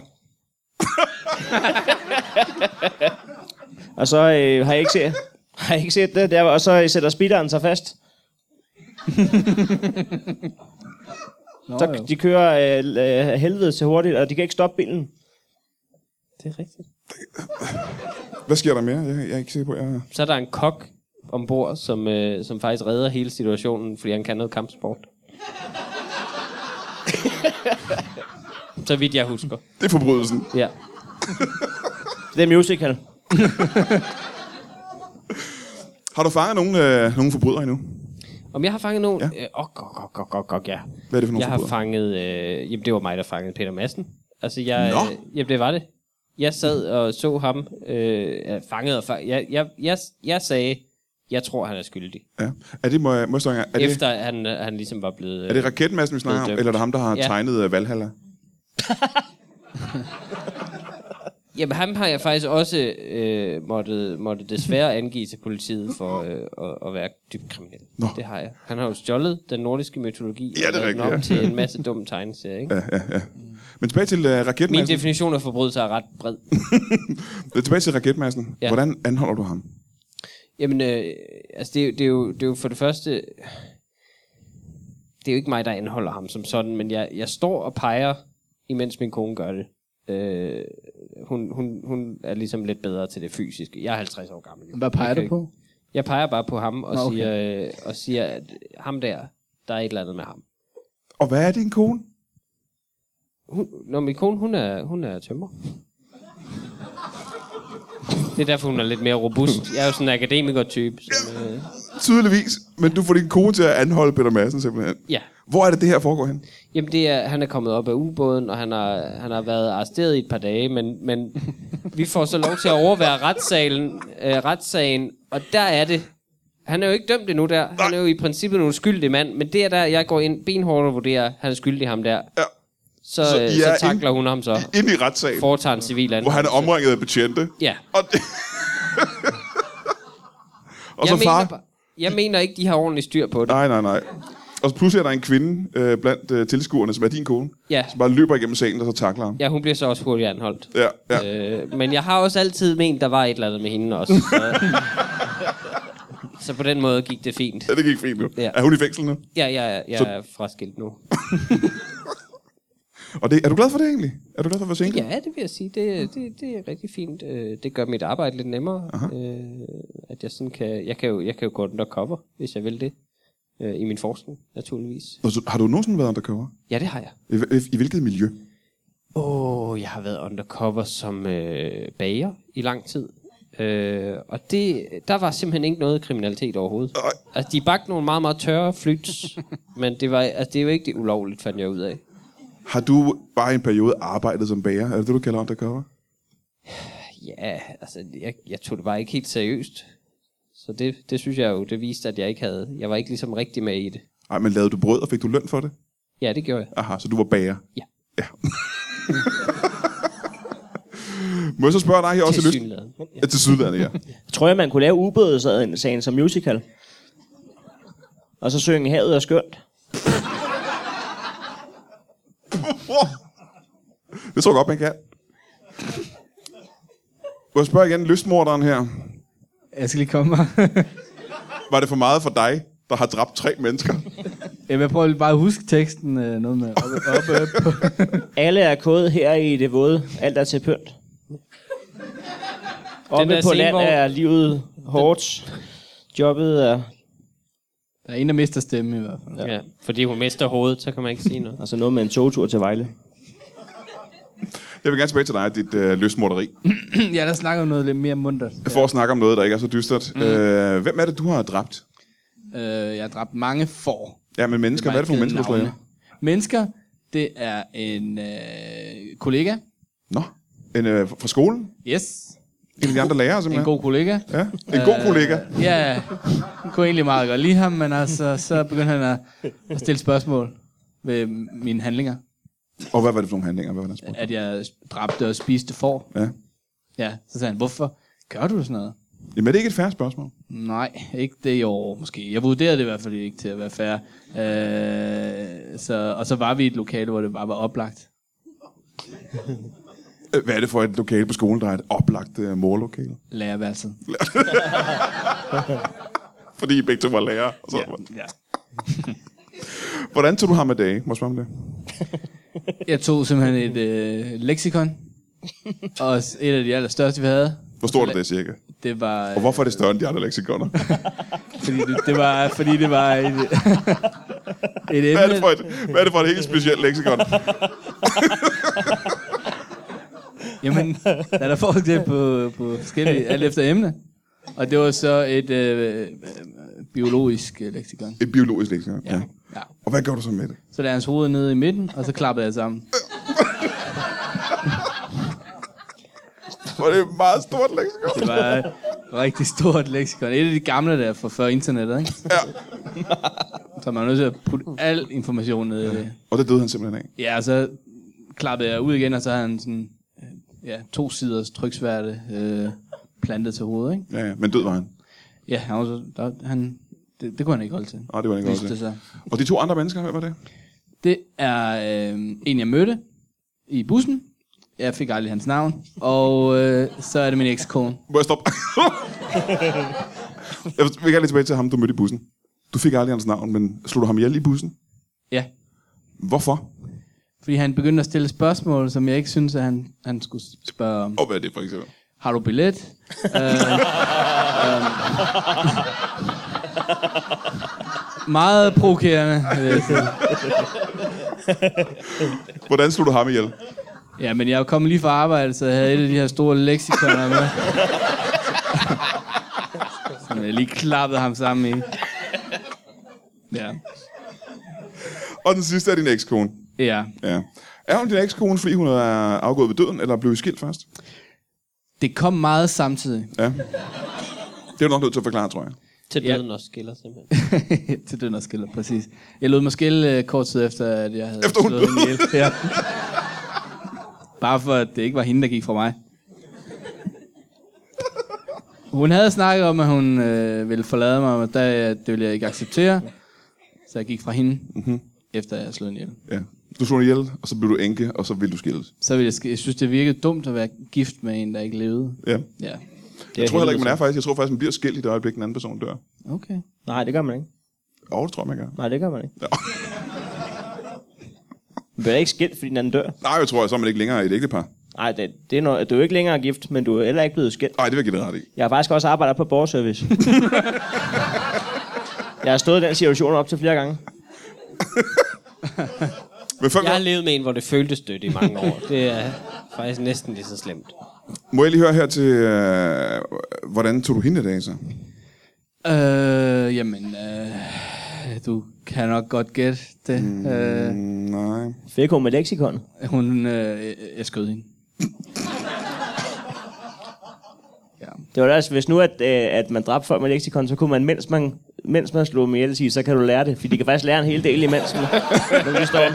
[SPEAKER 3] og så øh, har jeg ikke set, har jeg ikke set det, der, og så sætter speederen sig fast.
[SPEAKER 7] Nå,
[SPEAKER 3] Så
[SPEAKER 7] jo.
[SPEAKER 3] de kører øh, øh, helvede til hurtigt, og de kan ikke stoppe bilen.
[SPEAKER 5] Det er rigtigt.
[SPEAKER 10] Hvad sker der mere? Jeg, jeg er ikke sikker på, jeg...
[SPEAKER 5] Så er der en kok ombord, som, øh, som faktisk redder hele situationen, fordi han kan noget kampsport. så vidt jeg husker.
[SPEAKER 10] Det er forbrydelsen.
[SPEAKER 5] Ja.
[SPEAKER 3] Det er musical.
[SPEAKER 10] Har du fanget nogen, øh, nogen forbrydere endnu?
[SPEAKER 5] Om jeg har fanget nogen... Åh,
[SPEAKER 10] Ja.
[SPEAKER 5] ja. øh, oh, gok, gok, gok, gok, gok, ja.
[SPEAKER 10] Hvad er det for nogle
[SPEAKER 5] Jeg har
[SPEAKER 10] forbrydere?
[SPEAKER 5] fanget... Øh, jamen, det var mig, der fangede Peter Madsen. Altså, jeg...
[SPEAKER 10] Nå.
[SPEAKER 5] Øh, jamen, det var det. Jeg sad og så ham øh, ja, fanget og fanget. Jeg, jeg, jeg, jeg sagde, jeg tror, han er skyldig.
[SPEAKER 10] Ja. Er det, må jeg, må jeg spørge, en gang, er, det,
[SPEAKER 5] Efter han, øh, han ligesom var blevet...
[SPEAKER 10] er det raketmassen, vi snakker om,
[SPEAKER 5] Blevet dømt.
[SPEAKER 10] eller er det ham, der har ja.
[SPEAKER 5] Ja.
[SPEAKER 10] tegnet øh, Valhalla?
[SPEAKER 5] Jamen, ham har jeg faktisk også øh, måtte, måtte desværre angive til politiet for øh, at, at være dybt kriminel.
[SPEAKER 10] Nå.
[SPEAKER 5] Det har jeg. Han har jo stjålet den nordiske mytologi
[SPEAKER 10] Ja, det er
[SPEAKER 5] og lavet den
[SPEAKER 10] rigtigt,
[SPEAKER 5] om
[SPEAKER 10] ja.
[SPEAKER 5] til en masse dumme tegneserier. Ikke?
[SPEAKER 10] Ja, ja, ja. Men tilbage til uh,
[SPEAKER 5] Min
[SPEAKER 10] raketmassen.
[SPEAKER 5] definition af forbrydelse er ret bred.
[SPEAKER 10] Def- tilbage til raketmassen. Ja.
[SPEAKER 5] Ja.
[SPEAKER 10] Hvordan anholder du ham?
[SPEAKER 5] Jamen, øh, altså, det, er jo- det, er jo, det er jo for det første... Det er jo ikke mig, der anholder ham som sådan, men jeg, jeg står og peger, imens min kone gør det. Øh, hun, hun, hun er ligesom lidt bedre til det fysiske. Jeg er 50 år gammel. jo.
[SPEAKER 7] Hvad peger
[SPEAKER 5] Jeg kan
[SPEAKER 7] du på?
[SPEAKER 5] Jeg peger bare på ham og,
[SPEAKER 7] Nå, okay.
[SPEAKER 5] okay. siger, øh, og siger, at ham der, der er et eller andet med ham.
[SPEAKER 10] Og hvad er din kone?
[SPEAKER 5] Hun, når min kone, hun er, hun er tømmer. Det er derfor, hun er lidt mere robust. Jeg er jo sådan en akademiker-type. Som, øh,
[SPEAKER 10] Tydeligvis. Men du får din kone til at anholde Peter Madsen simpelthen.
[SPEAKER 5] ja.
[SPEAKER 10] Hvor er det, det her foregår hen?
[SPEAKER 5] Jamen, det er, han er kommet op af ubåden, og han har, han har været arresteret i et par dage, men, men vi får så lov til at overvære retssalen, øh, retssagen, og der er det. Han er jo ikke dømt endnu der. Han er jo i princippet en uskyldig mand, men det er der, jeg går ind benhårdt og vurderer, han er skyldig ham der.
[SPEAKER 10] Ja.
[SPEAKER 5] Så,
[SPEAKER 10] Så
[SPEAKER 5] så,
[SPEAKER 10] I
[SPEAKER 5] øh,
[SPEAKER 10] er
[SPEAKER 5] så takler hun ham så.
[SPEAKER 10] Ind i retssagen, Hvor...
[SPEAKER 5] Foretager en civil
[SPEAKER 10] hvor
[SPEAKER 5] anholdelse.
[SPEAKER 10] han er omringet af betjente.
[SPEAKER 5] Ja.
[SPEAKER 10] Og, det... og så
[SPEAKER 5] jeg,
[SPEAKER 10] far...
[SPEAKER 5] mener, bare- jeg mener ikke, de har ordentligt styr på det.
[SPEAKER 10] Nej, nej, nej. Og så pludselig er der en kvinde øh, blandt øh, tilskuerne, som er din kone,
[SPEAKER 5] Ja.
[SPEAKER 10] som bare løber igennem salen og så takler ham.
[SPEAKER 5] Ja, hun bliver så også hurtigt anholdt.
[SPEAKER 10] Ja, ja.
[SPEAKER 5] Øh, men jeg har også altid ment, der var et eller andet med hende også. Så, så på den måde gik det fint.
[SPEAKER 10] ja det gik fint nu.
[SPEAKER 5] Ja.
[SPEAKER 10] Er hun i fængsel nu?
[SPEAKER 5] Ja, jeg, er- jeg er fraskilt nu.
[SPEAKER 10] Og det, er du glad for det egentlig? Er du glad for at være single?
[SPEAKER 5] Ja, det vil jeg sige. Det, det, det er rigtig fint. Øh, Det gør mit arbejde lidt nemmere. Øh, at jeg, sådan kan, jeg, kan jo, jeg kan jo gå undercover, hvis jeg vil det. Øh, I min forskning, naturligvis.
[SPEAKER 10] Og så- Har du nogensinde været undercover?
[SPEAKER 5] Ja, det har jeg.
[SPEAKER 10] I, i, I hvilket miljø?
[SPEAKER 5] Åh, oh, jeg har været undercover som øh, bager i lang tid. Øh, og det, der var simpelthen ikke noget kriminalitet overhovedet.
[SPEAKER 10] Ej.
[SPEAKER 5] Altså, de bagte nogle meget, meget tørre flyts, men det var, altså, det var ikke det ulovligt, fandt jeg ud af.
[SPEAKER 10] Har du bare i en periode arbejdet som bager? Er det det, du kalder undercover?
[SPEAKER 5] Ja, altså, jeg, jeg tog det bare ikke helt seriøst. Så det, det synes jeg jo, det viste, at jeg ikke havde. Jeg var ikke ligesom rigtig med i det.
[SPEAKER 10] Ej, men lavede du brød, og fik du løn for det?
[SPEAKER 5] Ja, det gjorde jeg.
[SPEAKER 10] Aha, så du var bager?
[SPEAKER 5] Ja.
[SPEAKER 10] ja. Må jeg så spørge dig her også til lyst?
[SPEAKER 5] Tilsyneladende.
[SPEAKER 10] Ja, til sydlandet, ja.
[SPEAKER 3] Tror jeg, man kunne lave ubådssagen som musical? Og så synge Havet er skønt.
[SPEAKER 10] Det tror jeg godt, man kan. Må jeg spørge igen lystmorderen her?
[SPEAKER 7] Jeg skal lige komme mig.
[SPEAKER 10] Var det for meget for dig, der har dræbt tre mennesker?
[SPEAKER 7] jeg vil prøve bare at huske teksten. øh, Noget med op, op, op, på.
[SPEAKER 3] Alle er kode her i det våde. Alt er til pynt. Oppe
[SPEAKER 5] der
[SPEAKER 3] på
[SPEAKER 5] scene,
[SPEAKER 3] land
[SPEAKER 5] hvor-
[SPEAKER 3] er livet hårdt. Jobbet er...
[SPEAKER 7] Der er en, der mister stemme i hvert fald.
[SPEAKER 5] Ja. ja. Fordi hun mister hovedet, så kan man ikke sige noget.
[SPEAKER 3] Altså noget med en togtur til Vejle.
[SPEAKER 10] Jeg vil gerne tilbage til dig og dit øh, lystmorderi.
[SPEAKER 7] ja, der snakker om noget lidt mere mundtet.
[SPEAKER 10] For at snakke om noget, der ikke er så dystert. Mm. Øh, hvem er det, du har dræbt?
[SPEAKER 7] Øh, jeg har dræbt mange får.
[SPEAKER 10] Ja, men mennesker. Hvad er det for nogle mennesker, du slår ihjel?
[SPEAKER 7] Mennesker, det er en øh, kollega.
[SPEAKER 10] Nå, en, øh, fra skolen?
[SPEAKER 7] Yes,
[SPEAKER 10] En af de andre lærere,
[SPEAKER 7] en
[SPEAKER 10] simpelthen?
[SPEAKER 7] god kollega.
[SPEAKER 10] ja. en god kollega.
[SPEAKER 7] Ja, jeg kunne egentlig meget godt lide ham, men altså, så begyndte han at, at stille spørgsmål ved mine handlinger.
[SPEAKER 10] Og hvad var det for nogle handlinger? Hvad var det, han spurgte?
[SPEAKER 7] At jeg dræbte og spiste får.
[SPEAKER 10] Ja.
[SPEAKER 7] Ja, så sagde han, hvorfor gør du sådan noget?
[SPEAKER 10] Jamen, er det ikke et færre spørgsmål?
[SPEAKER 7] Nej, ikke det i år måske. Jeg vurderede det i hvert fald ikke til at være fair. Øh, så, og så var vi i et lokale, hvor det bare var oplagt.
[SPEAKER 10] Øh, Hvad er det for et lokale på skolen, der er et oplagt øh, morlokale?
[SPEAKER 7] Lærerværelset.
[SPEAKER 10] Fordi I begge to var lærere. Og så, ja.
[SPEAKER 7] Ja.
[SPEAKER 10] Hvordan tog du ham af dage? Må jeg spørge om det?
[SPEAKER 7] Jeg tog simpelthen et øh, lexikon. Og s- et af de allerstørste, vi havde.
[SPEAKER 10] Hvor stort er det cirka?
[SPEAKER 7] Det var...
[SPEAKER 10] Og hvorfor er det større end de andre leksikoner?
[SPEAKER 7] Fordi det, det var, fordi det var et, et
[SPEAKER 10] Hvad er det
[SPEAKER 7] emne.
[SPEAKER 10] for et, hvad er det for et helt specielt leksikon?
[SPEAKER 7] Jamen, der er der forskel på, på forskellige, alt efter emne. Og det var så et øh, øh, biologisk øh, leksikon.
[SPEAKER 10] Et biologisk leksikon. Ja.
[SPEAKER 7] Ja.
[SPEAKER 10] Og hvad gør du så med det?
[SPEAKER 7] Så lagde hans hoved ned i midten, og så klappede jeg sammen.
[SPEAKER 10] For det er et meget stort leksikon.
[SPEAKER 7] Det var et rigtig stort leksikon. Et af de gamle der fra før internettet, ikke? Ja. Så man er nødt til at putte al information ned i det.
[SPEAKER 10] Og det døde han simpelthen af.
[SPEAKER 7] Ja, og så klappede jeg ud igen, og så havde han sådan, øh, ja, to siders tryksværte øh, plantet til hovedet, ikke?
[SPEAKER 10] Ja, ja. Men død var han.
[SPEAKER 7] Ja, han, var så, der, han det, det kunne han ikke holde til.
[SPEAKER 10] Og det var han ikke
[SPEAKER 7] viste
[SPEAKER 10] også.
[SPEAKER 7] det sig.
[SPEAKER 10] Og de to andre mennesker, hvad var det?
[SPEAKER 7] Det er øh, en, jeg mødte i bussen. Jeg fik aldrig hans navn. Og øh, så er det min ekskone.
[SPEAKER 10] Må jeg stoppe? jeg vil gerne lige tilbage til ham, du mødte i bussen. Du fik aldrig hans navn, men slog du ham ihjel i bussen?
[SPEAKER 7] Ja,
[SPEAKER 10] Hvorfor?
[SPEAKER 7] fordi han begyndte at stille spørgsmål, som jeg ikke synes, at han, han skulle spørge om.
[SPEAKER 10] Og hvad er det for eksempel?
[SPEAKER 7] Har du billet? øh, øh, meget provokerende. vil jeg sige.
[SPEAKER 10] Hvordan slog du ham ihjel?
[SPEAKER 7] Ja, men jeg er jo kommet lige fra arbejde, så jeg havde et af de her store leksikoner med. Så jeg lige klappede ham sammen i. Ja.
[SPEAKER 10] Og den sidste er din ekskone.
[SPEAKER 7] Ja,
[SPEAKER 10] Ja. Er hun din ekskone, fordi hun er afgået ved døden, eller blev I skilt først?
[SPEAKER 7] det kom meget samtidig
[SPEAKER 10] Det er du nok nødt til at forklare, tror jeg.
[SPEAKER 5] Til
[SPEAKER 7] Ja.
[SPEAKER 5] døden også skiller simpelthen.
[SPEAKER 7] til den skiller, præcis. Jeg lod mig skille øh, kort tid efter, at jeg havde
[SPEAKER 10] Efter hun
[SPEAKER 7] slået hende ihjel. Ja. Bare for, at det ikke var hende, der gik fra mig. Hun havde snakket om, at hun øh, ville forlade mig, men der, øh, det ville jeg ikke acceptere. Så jeg gik fra hende, mm-hmm. efter jeg havde slået hende ihjel.
[SPEAKER 10] Ja. Du slog hende ihjel, og så blev du enke, og så ville du skilles.
[SPEAKER 7] så ville jeg, sk- jeg synes, det virkede dumt at være gift med en, der ikke levede.
[SPEAKER 10] Ja.
[SPEAKER 7] Ja.
[SPEAKER 10] Jeg tror heller ikke, man er faktisk. Jeg tror faktisk, man bliver skilt i det øjeblik, den anden person dør.
[SPEAKER 7] Okay.
[SPEAKER 3] Nej, det gør man ikke.
[SPEAKER 10] Og det tror jeg, man gør.
[SPEAKER 3] Nej, det gør man ikke. Man bliver ikke skilt, fordi den anden dør.
[SPEAKER 10] Nej, jeg tror, så er man ikke længere et ægtepar.
[SPEAKER 3] Nej, det, det er noget, du er jo ikke længere gift, men du er heller ikke blevet skilt.
[SPEAKER 10] Nej, det vil jeg give dig ret i.
[SPEAKER 3] Jeg har faktisk også arbejdet på borgerservice. jeg har stået i den situation op til flere gange.
[SPEAKER 10] Men før,
[SPEAKER 5] Jeg har levet med en, hvor det føltes dødt i mange år. Det er faktisk næsten lige så slemt.
[SPEAKER 10] Må jeg lige høre her til, øh, hvordan tog du hende i dag så?
[SPEAKER 7] Øh, jamen, øh, du kan nok godt gætte det. Mm. Øh,
[SPEAKER 10] Nej.
[SPEAKER 3] Fik hun med leksikon.
[SPEAKER 7] øh, hun, øh, jeg skød hende. ja. ja.
[SPEAKER 3] Det var da også, hvis nu at, øh, at man dræbte folk med leksikon, så kunne man, mens man, mens man slog dem ihjel, sige, så kan du lære det. Fordi de kan faktisk lære en hel del imens, når vi står,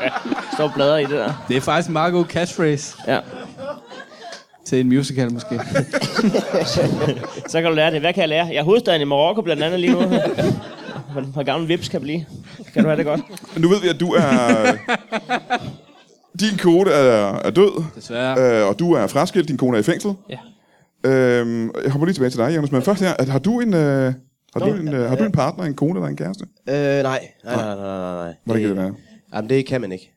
[SPEAKER 3] står og bladrer i det der.
[SPEAKER 7] Det er faktisk en meget god catchphrase
[SPEAKER 3] Ja.
[SPEAKER 7] til en musical, måske.
[SPEAKER 3] Så kan du lære det. Hvad kan jeg lære? Jeg er hovedstaden i Marokko blandt andet lige nu. Hvor- Hvor gammel vips kan blive. Kan du have det godt?
[SPEAKER 10] Nu ved vi, at du er... Din kone er, er død,
[SPEAKER 7] Desværre.
[SPEAKER 10] øh, og du er fraskilt, din kone er i fængsel.
[SPEAKER 5] Ja.
[SPEAKER 10] Øhm, jeg hopper lige tilbage til dig, Jonas, men først her, at har du en, øh, har, du
[SPEAKER 3] Nå,
[SPEAKER 10] en, øh, har du en partner, en kone eller en kæreste?
[SPEAKER 8] Øh, nej. Nej, nej, nej, nej, nej.
[SPEAKER 10] Hvordan kan det være?
[SPEAKER 8] Jamen, det kan man ikke.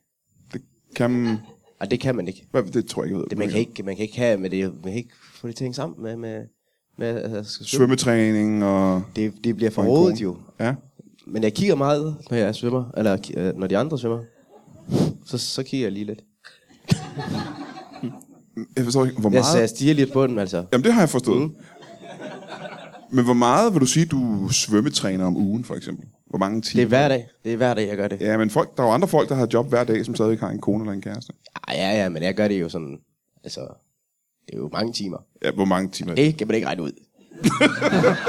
[SPEAKER 10] Kan,
[SPEAKER 8] Ej, det kan man ikke.
[SPEAKER 10] hvad, det tror jeg ikke, jeg ved.
[SPEAKER 8] Det, man, kan ikke, man kan ikke have med det. Man kan ikke få de ting sammen med... med, med altså, skal svømme.
[SPEAKER 10] Svømmetræning og...
[SPEAKER 8] Det, det bliver for
[SPEAKER 10] Og en
[SPEAKER 8] rodet
[SPEAKER 10] kone.
[SPEAKER 8] jo.
[SPEAKER 10] Ja.
[SPEAKER 8] Men jeg kigger meget, når jeg svømmer. Eller ki- øh, når de andre svømmer. Så, så kigger jeg lige lidt.
[SPEAKER 10] Jeg forstår ikke, hvor
[SPEAKER 8] Jeg, så jeg
[SPEAKER 10] meget...
[SPEAKER 8] stiger lidt på den, altså.
[SPEAKER 10] Jamen, det har jeg forstået. Men hvor meget vil du sige, du svømmetræner om ugen, for eksempel? Hvor mange
[SPEAKER 8] Det er
[SPEAKER 10] timer?
[SPEAKER 8] hver dag. Det er hver dag, jeg gør det.
[SPEAKER 10] Ja, men folk, der er jo andre folk, der har job hver dag, som stadig har en kone eller en kæreste.
[SPEAKER 8] Ej, ja, ja, men jeg gør det jo sådan... Altså, det er jo mange timer.
[SPEAKER 10] Ja, hvor mange timer?
[SPEAKER 8] Det kan man ikke regne ud.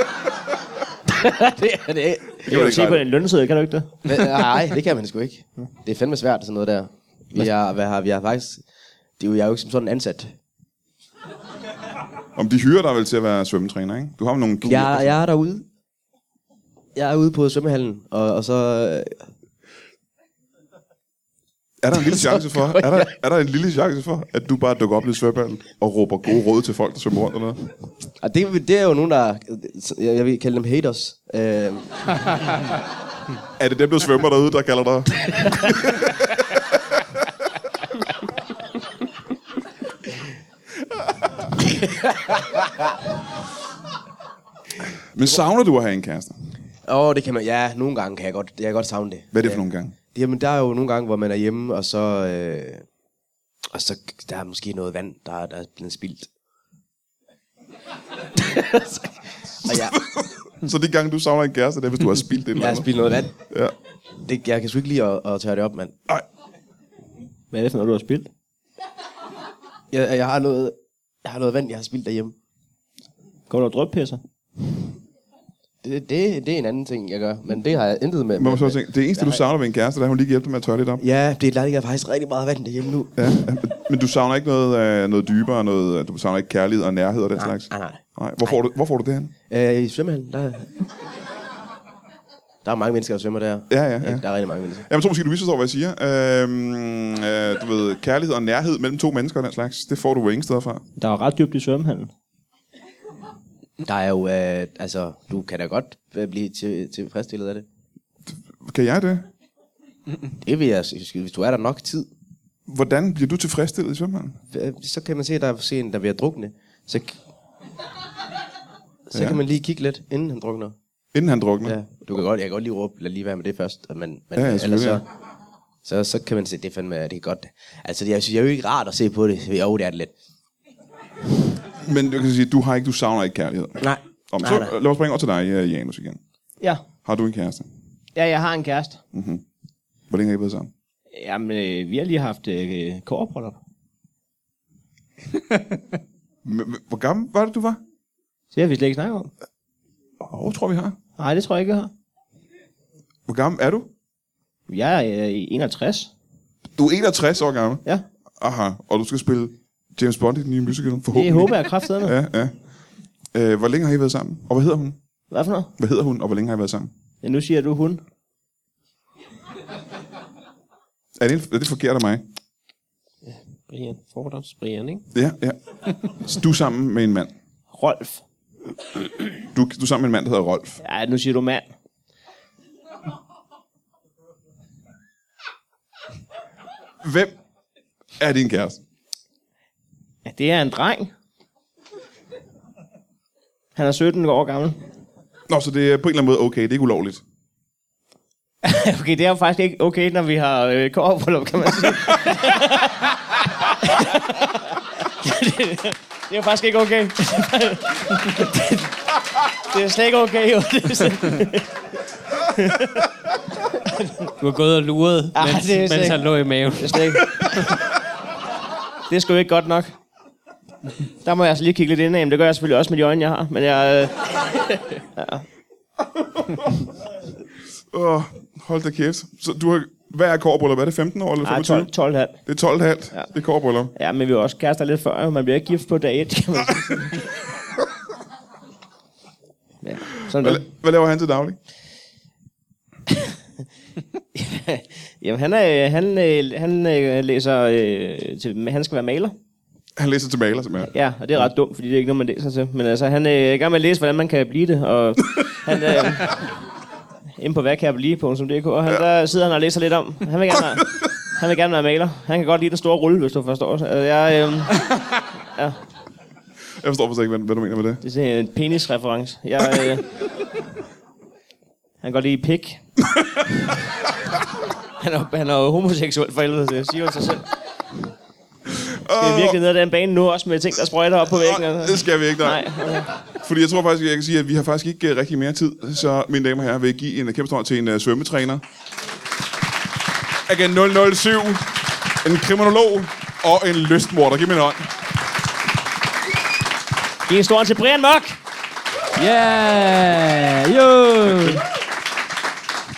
[SPEAKER 8] det er det.
[SPEAKER 3] Det kan
[SPEAKER 10] var
[SPEAKER 3] du
[SPEAKER 10] det
[SPEAKER 3] se på
[SPEAKER 10] klart.
[SPEAKER 3] en lønseddel, kan du ikke det?
[SPEAKER 8] Men, øh, nej, det kan man sgu ikke. Det er fandme svært, sådan noget der. Vi har, hvad har, vi har faktisk... Det er jo, jeg er jo ikke som sådan ansat.
[SPEAKER 10] Om de hyrer dig vel til at være svømmetræner, ikke? Du har jo nogle kniver.
[SPEAKER 8] Jeg, jeg er derude. Jeg er ude på svømmehallen, og, og så... øh,
[SPEAKER 10] Er der en lille chance for, er der, er der en lille chance for, at du bare dukker op i svømmehallen og råber gode råd til folk, der svømmer rundt eller noget?
[SPEAKER 8] Og det, det er jo nogen, der... Jeg, jeg vil kalde dem haters. Øh,
[SPEAKER 10] Er det dem, der svømmer derude, der kalder dig? Men savner du at have en kæreste?
[SPEAKER 8] og det kan man... Ja, nogle gange kan jeg godt, jeg kan godt savne det.
[SPEAKER 10] Hvad er det for nogle gange?
[SPEAKER 8] Jamen, der er jo nogle gange, hvor man er hjemme, og så... Øh, og så der er måske noget vand, der, der er blevet spildt. og jeg,
[SPEAKER 10] Så de gange, du savner en kæreste, det er, hvis du har spildt det eller
[SPEAKER 8] jeg har
[SPEAKER 10] andet.
[SPEAKER 8] spildt noget vand.
[SPEAKER 10] Ja.
[SPEAKER 8] Det, jeg kan sgu ikke lide at, at tørre det op, mand.
[SPEAKER 3] Hvad er det for noget, du har spildt?
[SPEAKER 8] Jeg, jeg, har noget, jeg har noget vand, jeg har spildt derhjemme.
[SPEAKER 3] Går du og drøbpisser?
[SPEAKER 8] Det, det, det er en anden ting, jeg gør, men det har jeg intet med.
[SPEAKER 10] Man må så tænke, det eneste, du savner ved en kæreste, det er, at hun lige hjælper dig med at tørre lidt op.
[SPEAKER 8] Ja, det er klart, jeg har faktisk rigtig meget vand derhjemme nu.
[SPEAKER 10] Ja, men- men du savner ikke noget, øh, noget dybere, noget, øh, du savner ikke kærlighed og nærhed og den
[SPEAKER 8] Nej,
[SPEAKER 10] slags?
[SPEAKER 8] nej, nej.
[SPEAKER 10] Ah, nej. Hvor, får du, hvor får du det hen?
[SPEAKER 8] Øh, I svømmehallen, der, der er mange mennesker, der svømmer der.
[SPEAKER 10] Ja, ja, ja.
[SPEAKER 8] Der er rigtig mange mennesker.
[SPEAKER 10] Jamen, jeg tror måske, du misforstår, hvad jeg siger. Øhm, øh, du ved, kærlighed og nærhed mellem to mennesker og den slags, det får du jo ingen steder fra.
[SPEAKER 3] Der er ret dybt i svømmehallen.
[SPEAKER 8] Der er jo, øh, altså, du kan da godt øh, blive til, tilfredsstillet af det.
[SPEAKER 10] Kan jeg det?
[SPEAKER 8] Det vil jeg sige, hvis du er der nok tid.
[SPEAKER 10] Hvordan bliver du tilfredsstillet i svømmehallen?
[SPEAKER 8] øh, Så kan man se, at der er se en, der bliver drukne. Så, så
[SPEAKER 10] Ja.
[SPEAKER 8] ja. kan man lige kigge lidt, inden han drukner.
[SPEAKER 10] Inden han drukner?
[SPEAKER 8] Ja, du kan godt, jeg kan godt lige råbe, lad lige være med det først, og man, man
[SPEAKER 10] Ja, ja,
[SPEAKER 8] ja, ellers
[SPEAKER 10] selvfølgelig,
[SPEAKER 8] så, så, så kan man se, det er fandme, det er godt. Altså, jeg synes, jeg er jo ikke rart at se på det. Jo, det er det lidt.
[SPEAKER 10] Men du kan sige, du har ikke, du savner ikke kærlighed.
[SPEAKER 8] Nej.
[SPEAKER 10] Om,
[SPEAKER 8] Nej,
[SPEAKER 10] så
[SPEAKER 8] nej.
[SPEAKER 10] lad os bringe over til dig, øh, Janus, igen.
[SPEAKER 3] Ja.
[SPEAKER 10] Har du en kæreste?
[SPEAKER 3] Ja, jeg har en kæreste.
[SPEAKER 10] Hvor længe har I været sammen?
[SPEAKER 3] Jamen, øh, vi har lige haft øh, kårebryllup.
[SPEAKER 10] M- m- Hvor gammel var det, du var?
[SPEAKER 3] Så det har vi slet ikke snakket om.
[SPEAKER 10] Åh, oh, tror vi har.
[SPEAKER 3] Nej, det tror jeg ikke, jeg har.
[SPEAKER 10] Hvor gammel er du?
[SPEAKER 3] Jeg er øh, 61.
[SPEAKER 10] Du er 61 år gammel.
[SPEAKER 3] Ja,
[SPEAKER 10] Aha, og du skal spille James Bond i den nye musical, forhåbentlig.
[SPEAKER 3] det håber jeg kraftedeme.
[SPEAKER 10] Ja, ja. Øh, hvor længe har I været sammen? Og hvad hedder hun?
[SPEAKER 3] Hvad for noget?
[SPEAKER 10] Hvad hedder hun, og hvor længe har I været sammen?
[SPEAKER 3] Ja, nu siger du hun.
[SPEAKER 10] Er det, en- er det forkert af mig?
[SPEAKER 5] Brian, fordoms Brian, ikke?
[SPEAKER 10] Ja, ja. Så Du er sammen med en mand.
[SPEAKER 3] Rolf.
[SPEAKER 10] Du, du er sammen med en mand, der hedder Rolf.
[SPEAKER 3] Ja, nu siger du mand.
[SPEAKER 10] Hvem er din kæreste?
[SPEAKER 3] Ja, det er en dreng. Han er 17 år gammel.
[SPEAKER 10] Nå, så det er på en eller anden måde okay. Det er ikke ulovligt.
[SPEAKER 3] Okay, det er jo faktisk ikke okay, når vi har øh, kårebryllup, kan man sige. det er jo faktisk ikke okay. det er slet ikke okay, jo. Det er slet-
[SPEAKER 5] Du har gået og luret,
[SPEAKER 3] Ah,
[SPEAKER 5] mens,
[SPEAKER 3] det er
[SPEAKER 5] mens
[SPEAKER 3] sikkert.
[SPEAKER 5] han lå i maven.
[SPEAKER 3] Det er slet ikke. Det er sgu ikke godt nok. Der må jeg altså lige kigge lidt indad, men det gør jeg selvfølgelig også med de øjne, jeg har. Men jeg, øh,
[SPEAKER 10] Åh, hold da kæft. Så du har, hvad er kårbryllup? Er det 15 år eller
[SPEAKER 3] nej,
[SPEAKER 10] 25?
[SPEAKER 3] 12, 12 halv.
[SPEAKER 10] Det er 12,5. Ja. Det er kårbryllup.
[SPEAKER 3] Ja, men vi er også kærester lidt før, jo. man bliver ikke gift på dag 1, kan man sige. ja, sådan
[SPEAKER 10] Hvad,
[SPEAKER 3] det.
[SPEAKER 10] la- hvad laver han til daglig?
[SPEAKER 3] Jamen, han, er, han, øh, han øh, læser øh, til, han skal være maler.
[SPEAKER 10] Han læser til maler, simpelthen.
[SPEAKER 3] Ja, og det er ret dumt, fordi det er ikke noget, man læser til. Men altså, han øh, er i gang med at læse, hvordan man kan blive det, og han... Øh, inde på hvatkærblive.dk, og han, der sidder han og læser lidt om. Han vil gerne være, han vil gerne være maler. Han kan godt lide den store rulle, hvis du forstår. Altså, jeg, øh,
[SPEAKER 10] Jeg forstår faktisk ikke, hvad, hvad du mener med det.
[SPEAKER 3] det er sådan en penisreference. Jeg, øh, han kan godt lide pik. han, er, han er jo homoseksuel for helvede, så jeg siger jo sig selv. Skal vi virkelig ned ad den bane nu, også med ting, der sprøjter op på væggen?
[SPEAKER 10] Nå, det
[SPEAKER 3] Altså?
[SPEAKER 10] skal vi ikke, nej.
[SPEAKER 3] Nej,
[SPEAKER 10] nej.
[SPEAKER 3] okay.
[SPEAKER 10] Fordi jeg tror faktisk, jeg kan sige, at vi har faktisk ikke øh, rigtig mere tid. Så mine damer og herrer vil jeg give en øh, kæmpe stor hånd til en uh, svømmetræner. Agent 007. En kriminolog og en lystmorder. Giv mig en hånd.
[SPEAKER 3] Giv en stor hånd til Brian Mørk!
[SPEAKER 7] Yeah! Jo!